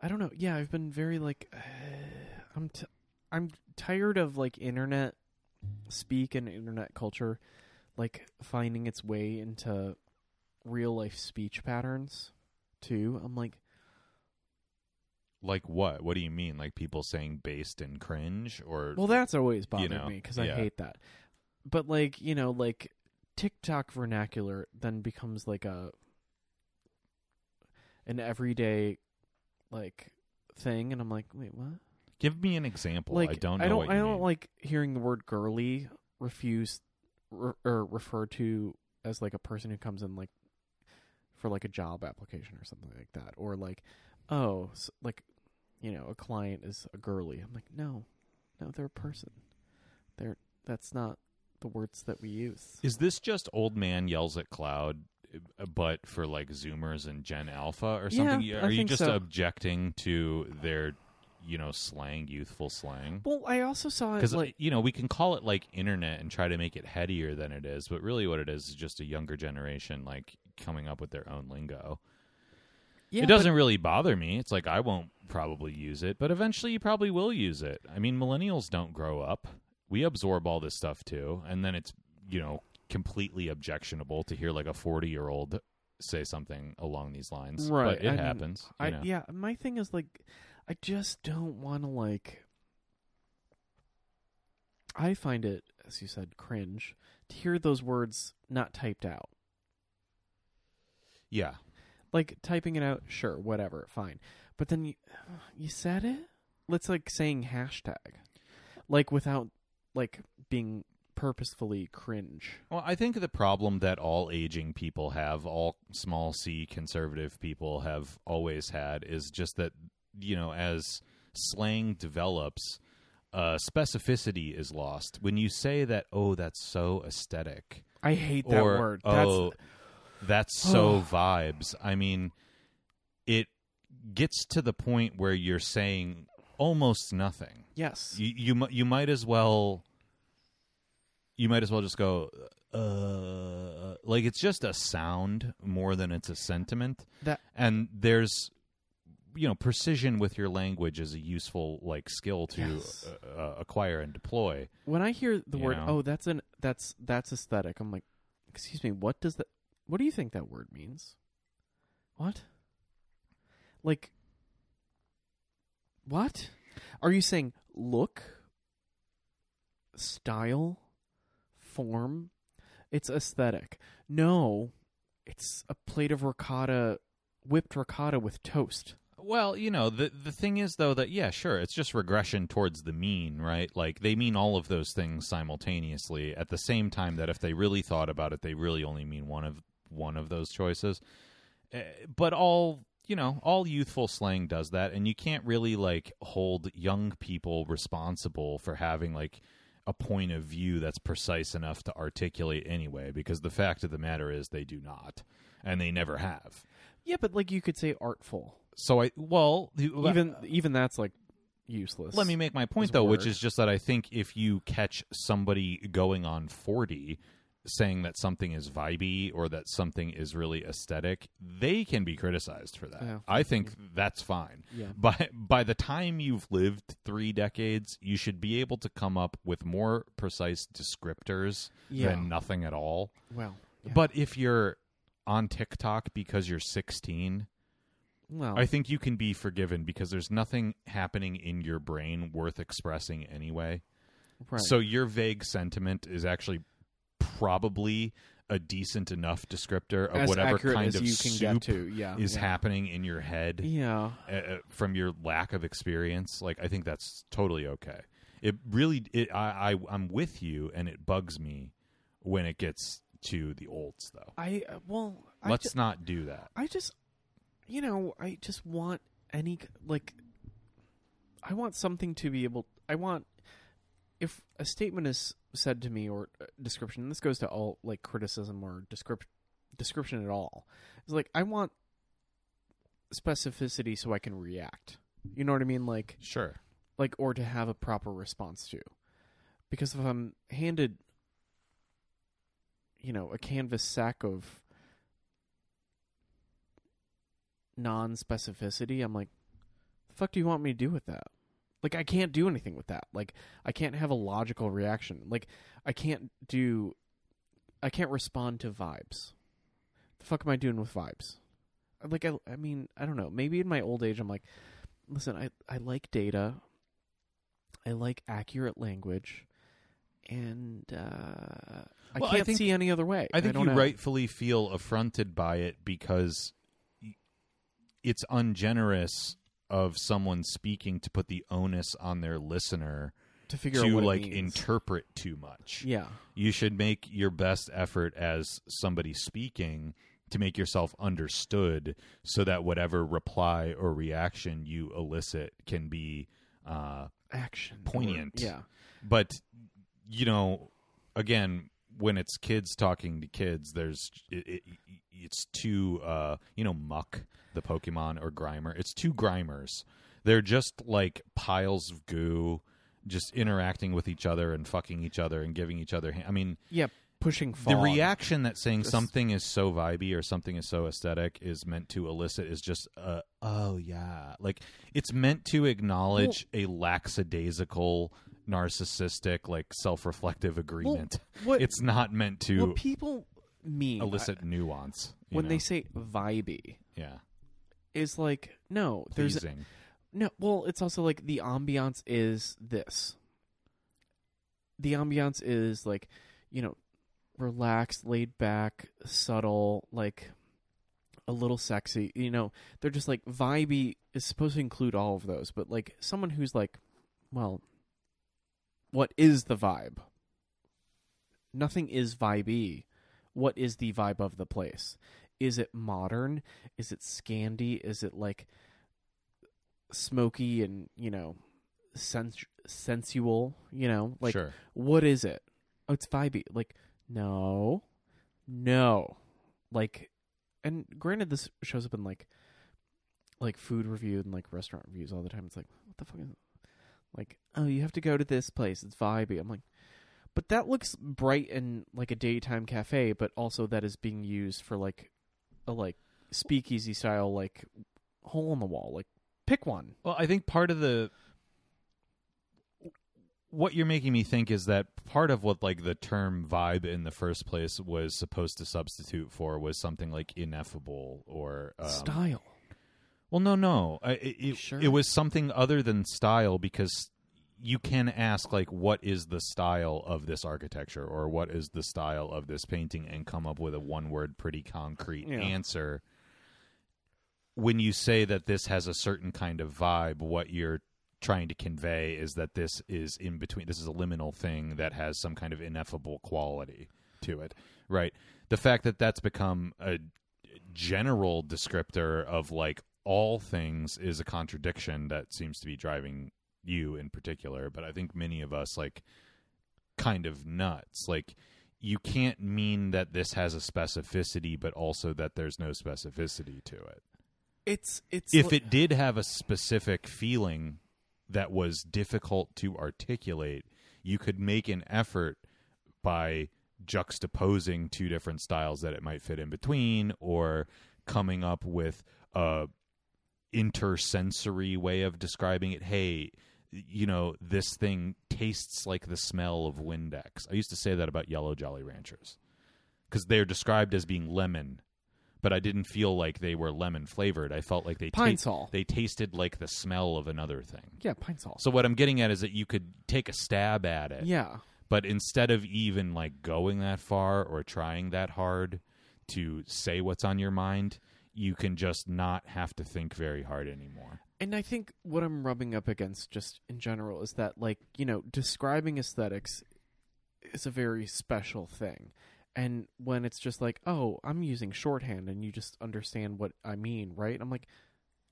I don't know. Yeah, I've been very like. Uh, I'm. T- I'm tired of like internet speak and internet culture, like finding its way into real life speech patterns. Too. I'm like. Like what? What do you mean? Like people saying based and cringe or Well, that's always bothered me 'cause know, me because yeah. I hate that. But like you know, like TikTok vernacular then becomes like a an everyday like thing, and I'm like, wait, what? give me an example. like I don't know I don't, what you I don't mean. like hearing the word girly refused re- or referred to as like a person who comes in like for like a job application or something like that, or like oh, s like you know, a client is a girly. I'm like, no, no, they're a person. They're that's not the words that we use. Is this just old man yells at cloud, uh, but for like Zoomers and Gen Alpha or Yeah, something? I Are you think just so. objecting to their, you know, slang, youthful slang? Well, I also saw it Because like you know we can call it like internet and try to make it headier than it is, but really what it is is just a younger generation like coming up with their own lingo. yeah, it but- doesn't really bother me. It's like I won't probably use it, but eventually you probably will use it. I mean, millennials don't grow up. We absorb all this stuff too, and then it's, you know, completely objectionable to hear like a 40-year-old say something along these lines. Right, But it and happens. you I e know. yeah, my thing is like I just don't want to like I find it as you said cringe to hear those words not typed out. Yeah. Like typing it out, sure, whatever, fine. But then you you said it? Let's like saying hashtag. Like without like being purposefully cringe. Well, I think the problem that all aging people have, all small c conservative people have always had, is just that, you know, as slang develops, uh, specificity is lost. When you say that, oh, that's so aesthetic, I hate that or word. oh, That's that's so vibes. I mean, it gets to the point where you're saying almost nothing yes. you you mi- you might as well you might as well just go uh like it's just a sound more than it's a sentiment That and there's you know precision with your language is a useful like skill to Yes. uh, uh, acquire and deploy when I hear the You word know? "oh," that's an that's that's aesthetic. I'm like, excuse me, what does that? What do you think that word means? What? Like, what? Are you saying look, style, form? It's aesthetic. No, it's a plate of ricotta, whipped ricotta with toast. well you know the the thing is though that yeah sure it's just regression towards the mean right like they mean all of those things simultaneously at the same time that if they really thought about it they really only mean one of one of those choices Uh, but all you know all youthful slang does that and you can't really like hold young people responsible for having like a point of view that's precise enough to articulate anyway because the fact of the matter is they do not and they never have Yeah, but like you could say artful. so i well uh, Even even that's like useless. let me make my is point though, which word. is just that I think if you catch somebody going on forty saying that something is vibey or that something is really aesthetic, they can be criticized for that. Yeah. I think that's fine. Yeah. By by the time you've lived three decades, you should be able to come up with more precise descriptors Yeah. than nothing at all. Well, But if you're on TikTok because you're 16, Well, I think you can be forgiven because there's nothing happening in your brain worth expressing anyway. right. So your vague sentiment is actually probably a decent enough descriptor of as uh, whatever accurate kind as of you can soup get to, yeah, is yeah. happening in your head Yeah, uh, uh, from your lack of experience like i think that's totally okay it really it, I, I i'm with you and it bugs me when it gets to the olds though I uh, well, I let's ju- not do that I just, you know, I just want any k- like, I want something to be able. I want if a statement is said to me or uh, description. And this goes to all like criticism or description description at all. It's like I want specificity so I can react. You know what I mean? Like sure like or to have a proper response to. Because if I'm handed you know, a canvas sack of non specificity, I'm like, the fuck do you want me to do with that? Like I can't do anything with that. Like I can't have a logical reaction. Like I can't do I can't respond to vibes. The fuck am I doing with vibes? Like I I mean, I don't know. Maybe in my old age I'm like listen, I, I like data. I like accurate language. And uh, I Well, I can't think- see any other way. I think don't you know. rightfully feel affronted by it because y- it's ungenerous of someone speaking to put the onus on their listener to figure out to what it like means. interpret too much. yeah, You should make your best effort as somebody speaking to make yourself understood so that whatever reply or reaction you elicit can be uh, action or- Poignant. yeah, but you know again when it's kids talking to kids there's it, it, it's too uh you know muck the pokemon or grimer it's two grimers they're just like piles of goo just interacting with each other and fucking each other and giving each other ha- i mean yeah, pushing fog. the reaction that saying Just- something is so vibey or something is so aesthetic is meant to elicit is just uh, oh yeah like it's meant to acknowledge a lackadaisical narcissistic like self-reflective agreement what- it's not meant to What people mean elicit nuance you when know? they say vibey yeah is like no, there's pleasing No, well, it's also like the ambiance is this. The ambiance is like, you know, relaxed, laid back, subtle, like a little sexy. You know, they're just like vibey is supposed to include all of those, but like someone who's like, well, what is the vibe? Nothing is vibey. What is the vibe of the place? Is it modern? Is it scandy? Is it like smoky and you know sens- sensual you know like sure what is it oh it's vibey like no no like and granted this shows up in like like food review and like restaurant reviews all the time it's like what the fuck is like oh you have to go to this place it's vibey i'm like but that looks bright and like a daytime cafe but also that is being used for like a like speakeasy style like hole in the wall like pick one Well, I think part of the what you're making me think is that part of what like the term vibe in the first place was supposed to substitute for was something like ineffable or um, style Well, no, no, I- it it, Sure. it was something other than style because you can ask like what is the style of this architecture or what is the style of this painting and come up with a one word pretty concrete Yeah. answer when you say that this has a certain kind of vibe, what you're trying to convey is that this is in between. This is a liminal thing that has some kind of ineffable quality to it, right? The fact that that's become a general descriptor of like all things is a contradiction that seems to be driving you in particular, but I think many of us like kind of nuts. Like you can't mean that this has a specificity, but also that there's no specificity to it it's it's if li- it did have a specific feeling that was difficult to articulate, you could make an effort by juxtaposing two different styles that it might fit in between or coming up with a intersensory way of describing it. Hey, you know, this thing tastes like the smell of Windex. I used to say that about Yellow Jolly Ranchers because they're described as being lemon, but I didn't feel like they were lemon flavored. I felt like they ta- Pine Sol. they tasted like the smell of another thing. Yeah, pine salt. So what I'm getting at is that you could take a stab at it, yeah. but instead of even like going that far or trying that hard to say what's on your mind, you can just not have to think very hard anymore. And I think what I'm rubbing up against just in general is that like, you know, describing aesthetics is a very special thing. And when it's just like, oh, I'm using shorthand and you just understand what I mean, right? I'm like,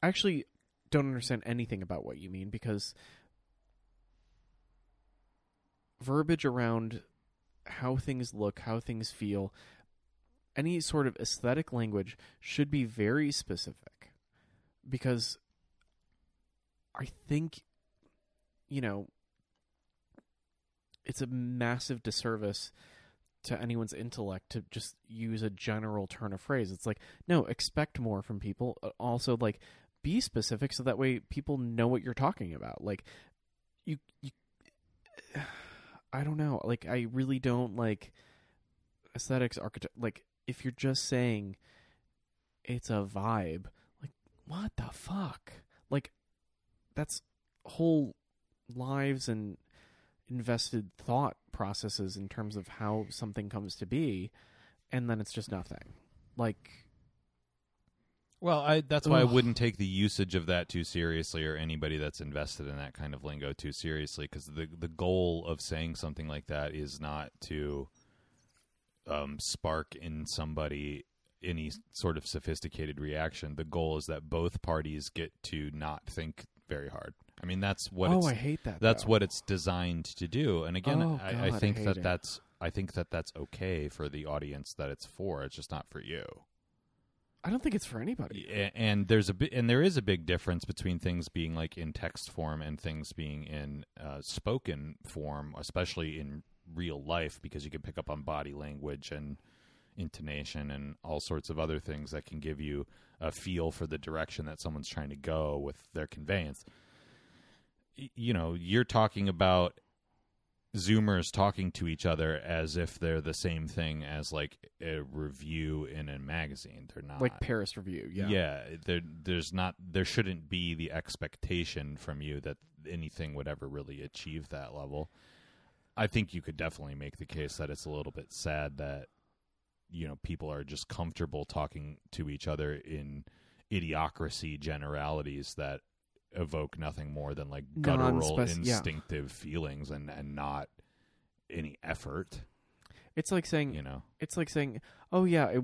I actually don't understand anything about what you mean because verbiage around how things look, how things feel, any sort of aesthetic language should be very specific because I think, you know, it's a massive disservice to anyone's intellect to just use a general turn of phrase. It's like, no, expect more from people. Uh, Also, like, be specific so that way people know what you're talking about. Like, you, you, I don't know. Like, I really don't like aesthetics, architect. Like, if you're just saying it's a vibe, like, what the fuck? Like, that's whole lives and invested thought processes in terms of how something comes to be and then it's just nothing like Well, I, that's why I Ugh. wouldn't take the usage of that too seriously, or anybody that's invested in that kind of lingo too seriously, because the the goal of saying something like that is not to um, spark in somebody any sort of sophisticated reaction. The goal is that both parties get to not think very hard. I mean, that's what oh it's, i hate that that's though. what it's designed to do. And again, Oh, I, I God, I think hate that it. that's I think that that's okay for the audience that it's for. It's just not for you. i don't think it's for anybody A- and there's a bi- and there is a big difference between things being like in text form and things being in uh, spoken form, especially in real life, because you can pick up on body language and intonation and all sorts of other things that can give you a feel for the direction that someone's trying to go with their conveyance. Y- You know, you're talking about Zoomers talking to each other as if they're the same thing as like a review in a magazine. They're not like paris review yeah there there's not there shouldn't be the expectation from you that anything would ever really achieve that level. I think you could definitely make the case that it's a little bit sad that you know people are just comfortable talking to each other in idiocracy generalities that evoke nothing more than like guttural Non-spec- yeah. instinctive feelings and and not any effort, it's like saying you know. it's like saying oh yeah I,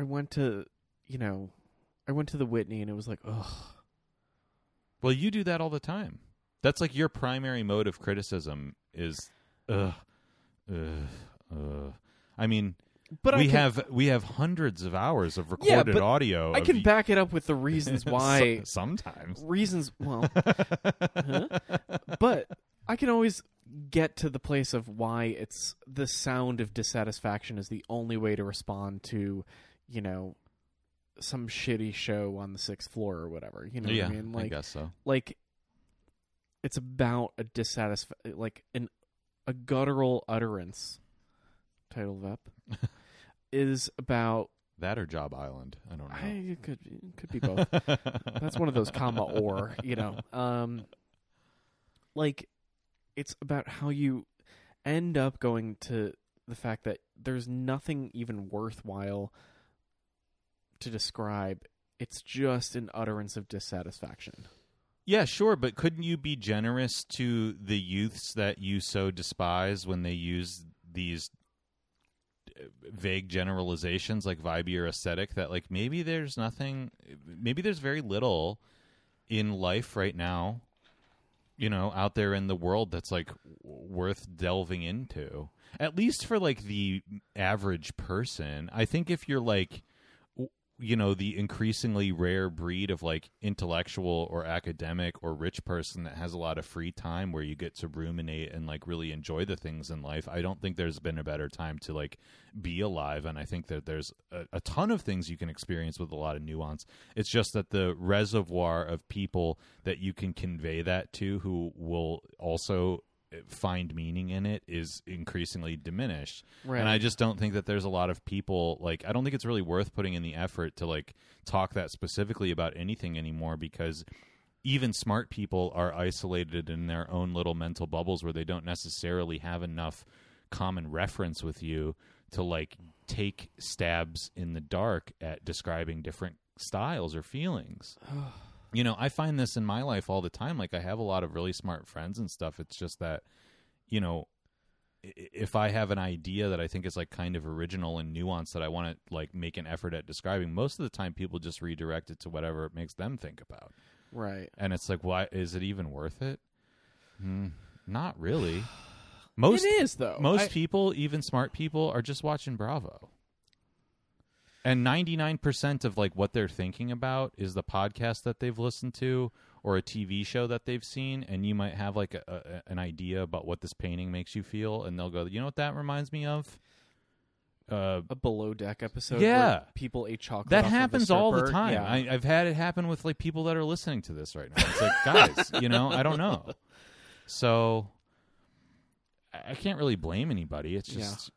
I went to you know i went to the whitney and it was like ugh Well, you do that all the time. That's like your primary mode of criticism is, ugh, ugh, ugh. I mean, but we I can, have we have hundreds of hours of recorded but audio. i of can you- back it up with the reasons why So- sometimes. reasons well huh? but i can always get to the place of why it's the sound of dissatisfaction is the only way to respond to you know some shitty show on the sixth floor or whatever you know yeah, what i mean like guess so. like it's about a dissatisf like an a guttural utterance title of up is about That or Job Island. I don't know. I, it could it could be both that's one of those comma or you know um like it's about how you end up going to the fact that there's nothing even worthwhile to describe it's just an utterance of dissatisfaction Yeah, sure, but couldn't you be generous to the youths that you so despise when they use these uh, vague generalizations like vibe or aesthetic that like maybe there's nothing maybe there's very little in life right now you know out there in the world that's like w- worth delving into at least for like the average person i think if you're like w- you know the increasingly rare breed of like intellectual or academic or rich person that has a lot of free time where you get to ruminate and like really enjoy the things in life i don't think there's been a better time to like be alive and i think that there's a, a ton of things you can experience with a lot of nuance it's just that the reservoir of people that you can convey that to who will also eh, find meaning in it is increasingly diminished. Right. And I just don't think that there's a lot of people like I don't think it's really worth putting in the effort to like talk that specifically about anything anymore because even smart people are isolated in their own little mental bubbles where they don't necessarily have enough common reference with you to like take stabs in the dark at describing different styles or feelings. you know, I find this in my life all the time like I have a lot of really smart friends and stuff. It's just that you know, i- if I have an idea that I think is like kind of original and nuanced that I want to like make an effort at describing, most of the time people just redirect it to whatever it makes them think about. right. And it's like, why is it even worth it? Hmm, not really. Most it is though. most I- people, even smart people, are just watching Bravo. And ninety nine percent of like what they're thinking about is the podcast that they've listened to or a TV show that they've seen, and you might have like a, a, an idea about what this painting makes you feel, and they'll go, "You know what that reminds me of." Uh, a below deck episode. Yeah. where people ate chocolate. that off of a happens all the stripper. time. Yeah. I, I've had it happen with like people that are listening to this right now. It's like, guys, you know, I don't know. So I I can't really blame anybody. It's Yeah. just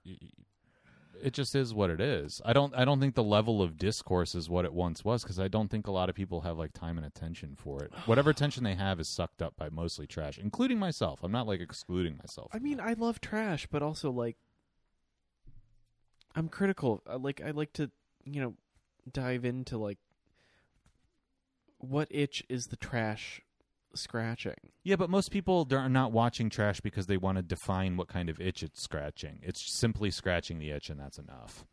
it just is what it is. I don't I don't think the level of discourse is what it once was because I don't think a lot of people have like time and attention for it. Whatever attention they have is sucked up by mostly trash, including myself. I'm not like excluding myself. I mean, I love trash, but also like I'm critical. I like I like to, you know, dive into like what itch is the trash scratching? Yeah, but most people d- are not watching trash because they want to define what kind of itch it's scratching. It's simply scratching the itch, and that's enough.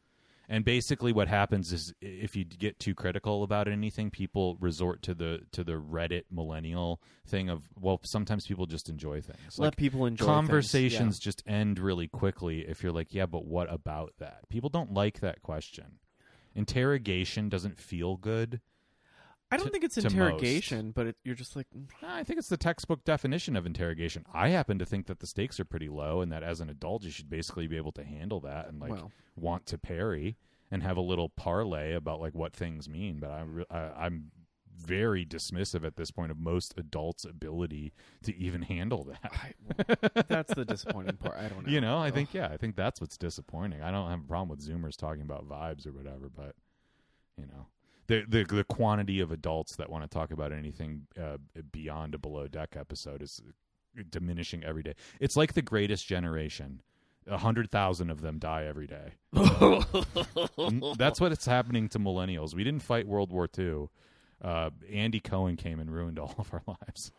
And basically, what happens is i- if you d- get too critical about anything, people resort to the to the Reddit millennial thing of well, sometimes people just enjoy things. Let people enjoy things. conversations just end really quickly if you're like, yeah, but what about that? People don't like that question. Interrogation doesn't feel good. Yeah. I don't to- think it's to most. interrogation, but it, you're just like mm, I think it's the textbook definition of interrogation. I happen to think that the stakes are pretty low, and that as an adult, you should basically be able to handle that and like Well. want to parry and have a little parlay about like what things mean. But I, re- I I'm very dismissive at this point of most adults' ability to even handle that. I, that's the disappointing part. I don't know. You know, I think yeah, I think that's what's disappointing. I don't have a problem with Zoomers talking about vibes or whatever, but you know, the the, the quantity of adults that want to talk about anything uh, beyond a below deck episode is diminishing every day. It's like the Greatest Generation. A hundred thousand of them die every day. That's what it's happening to millennials. We didn't fight World War II. Uh, Andy Cohen came and ruined all of our lives.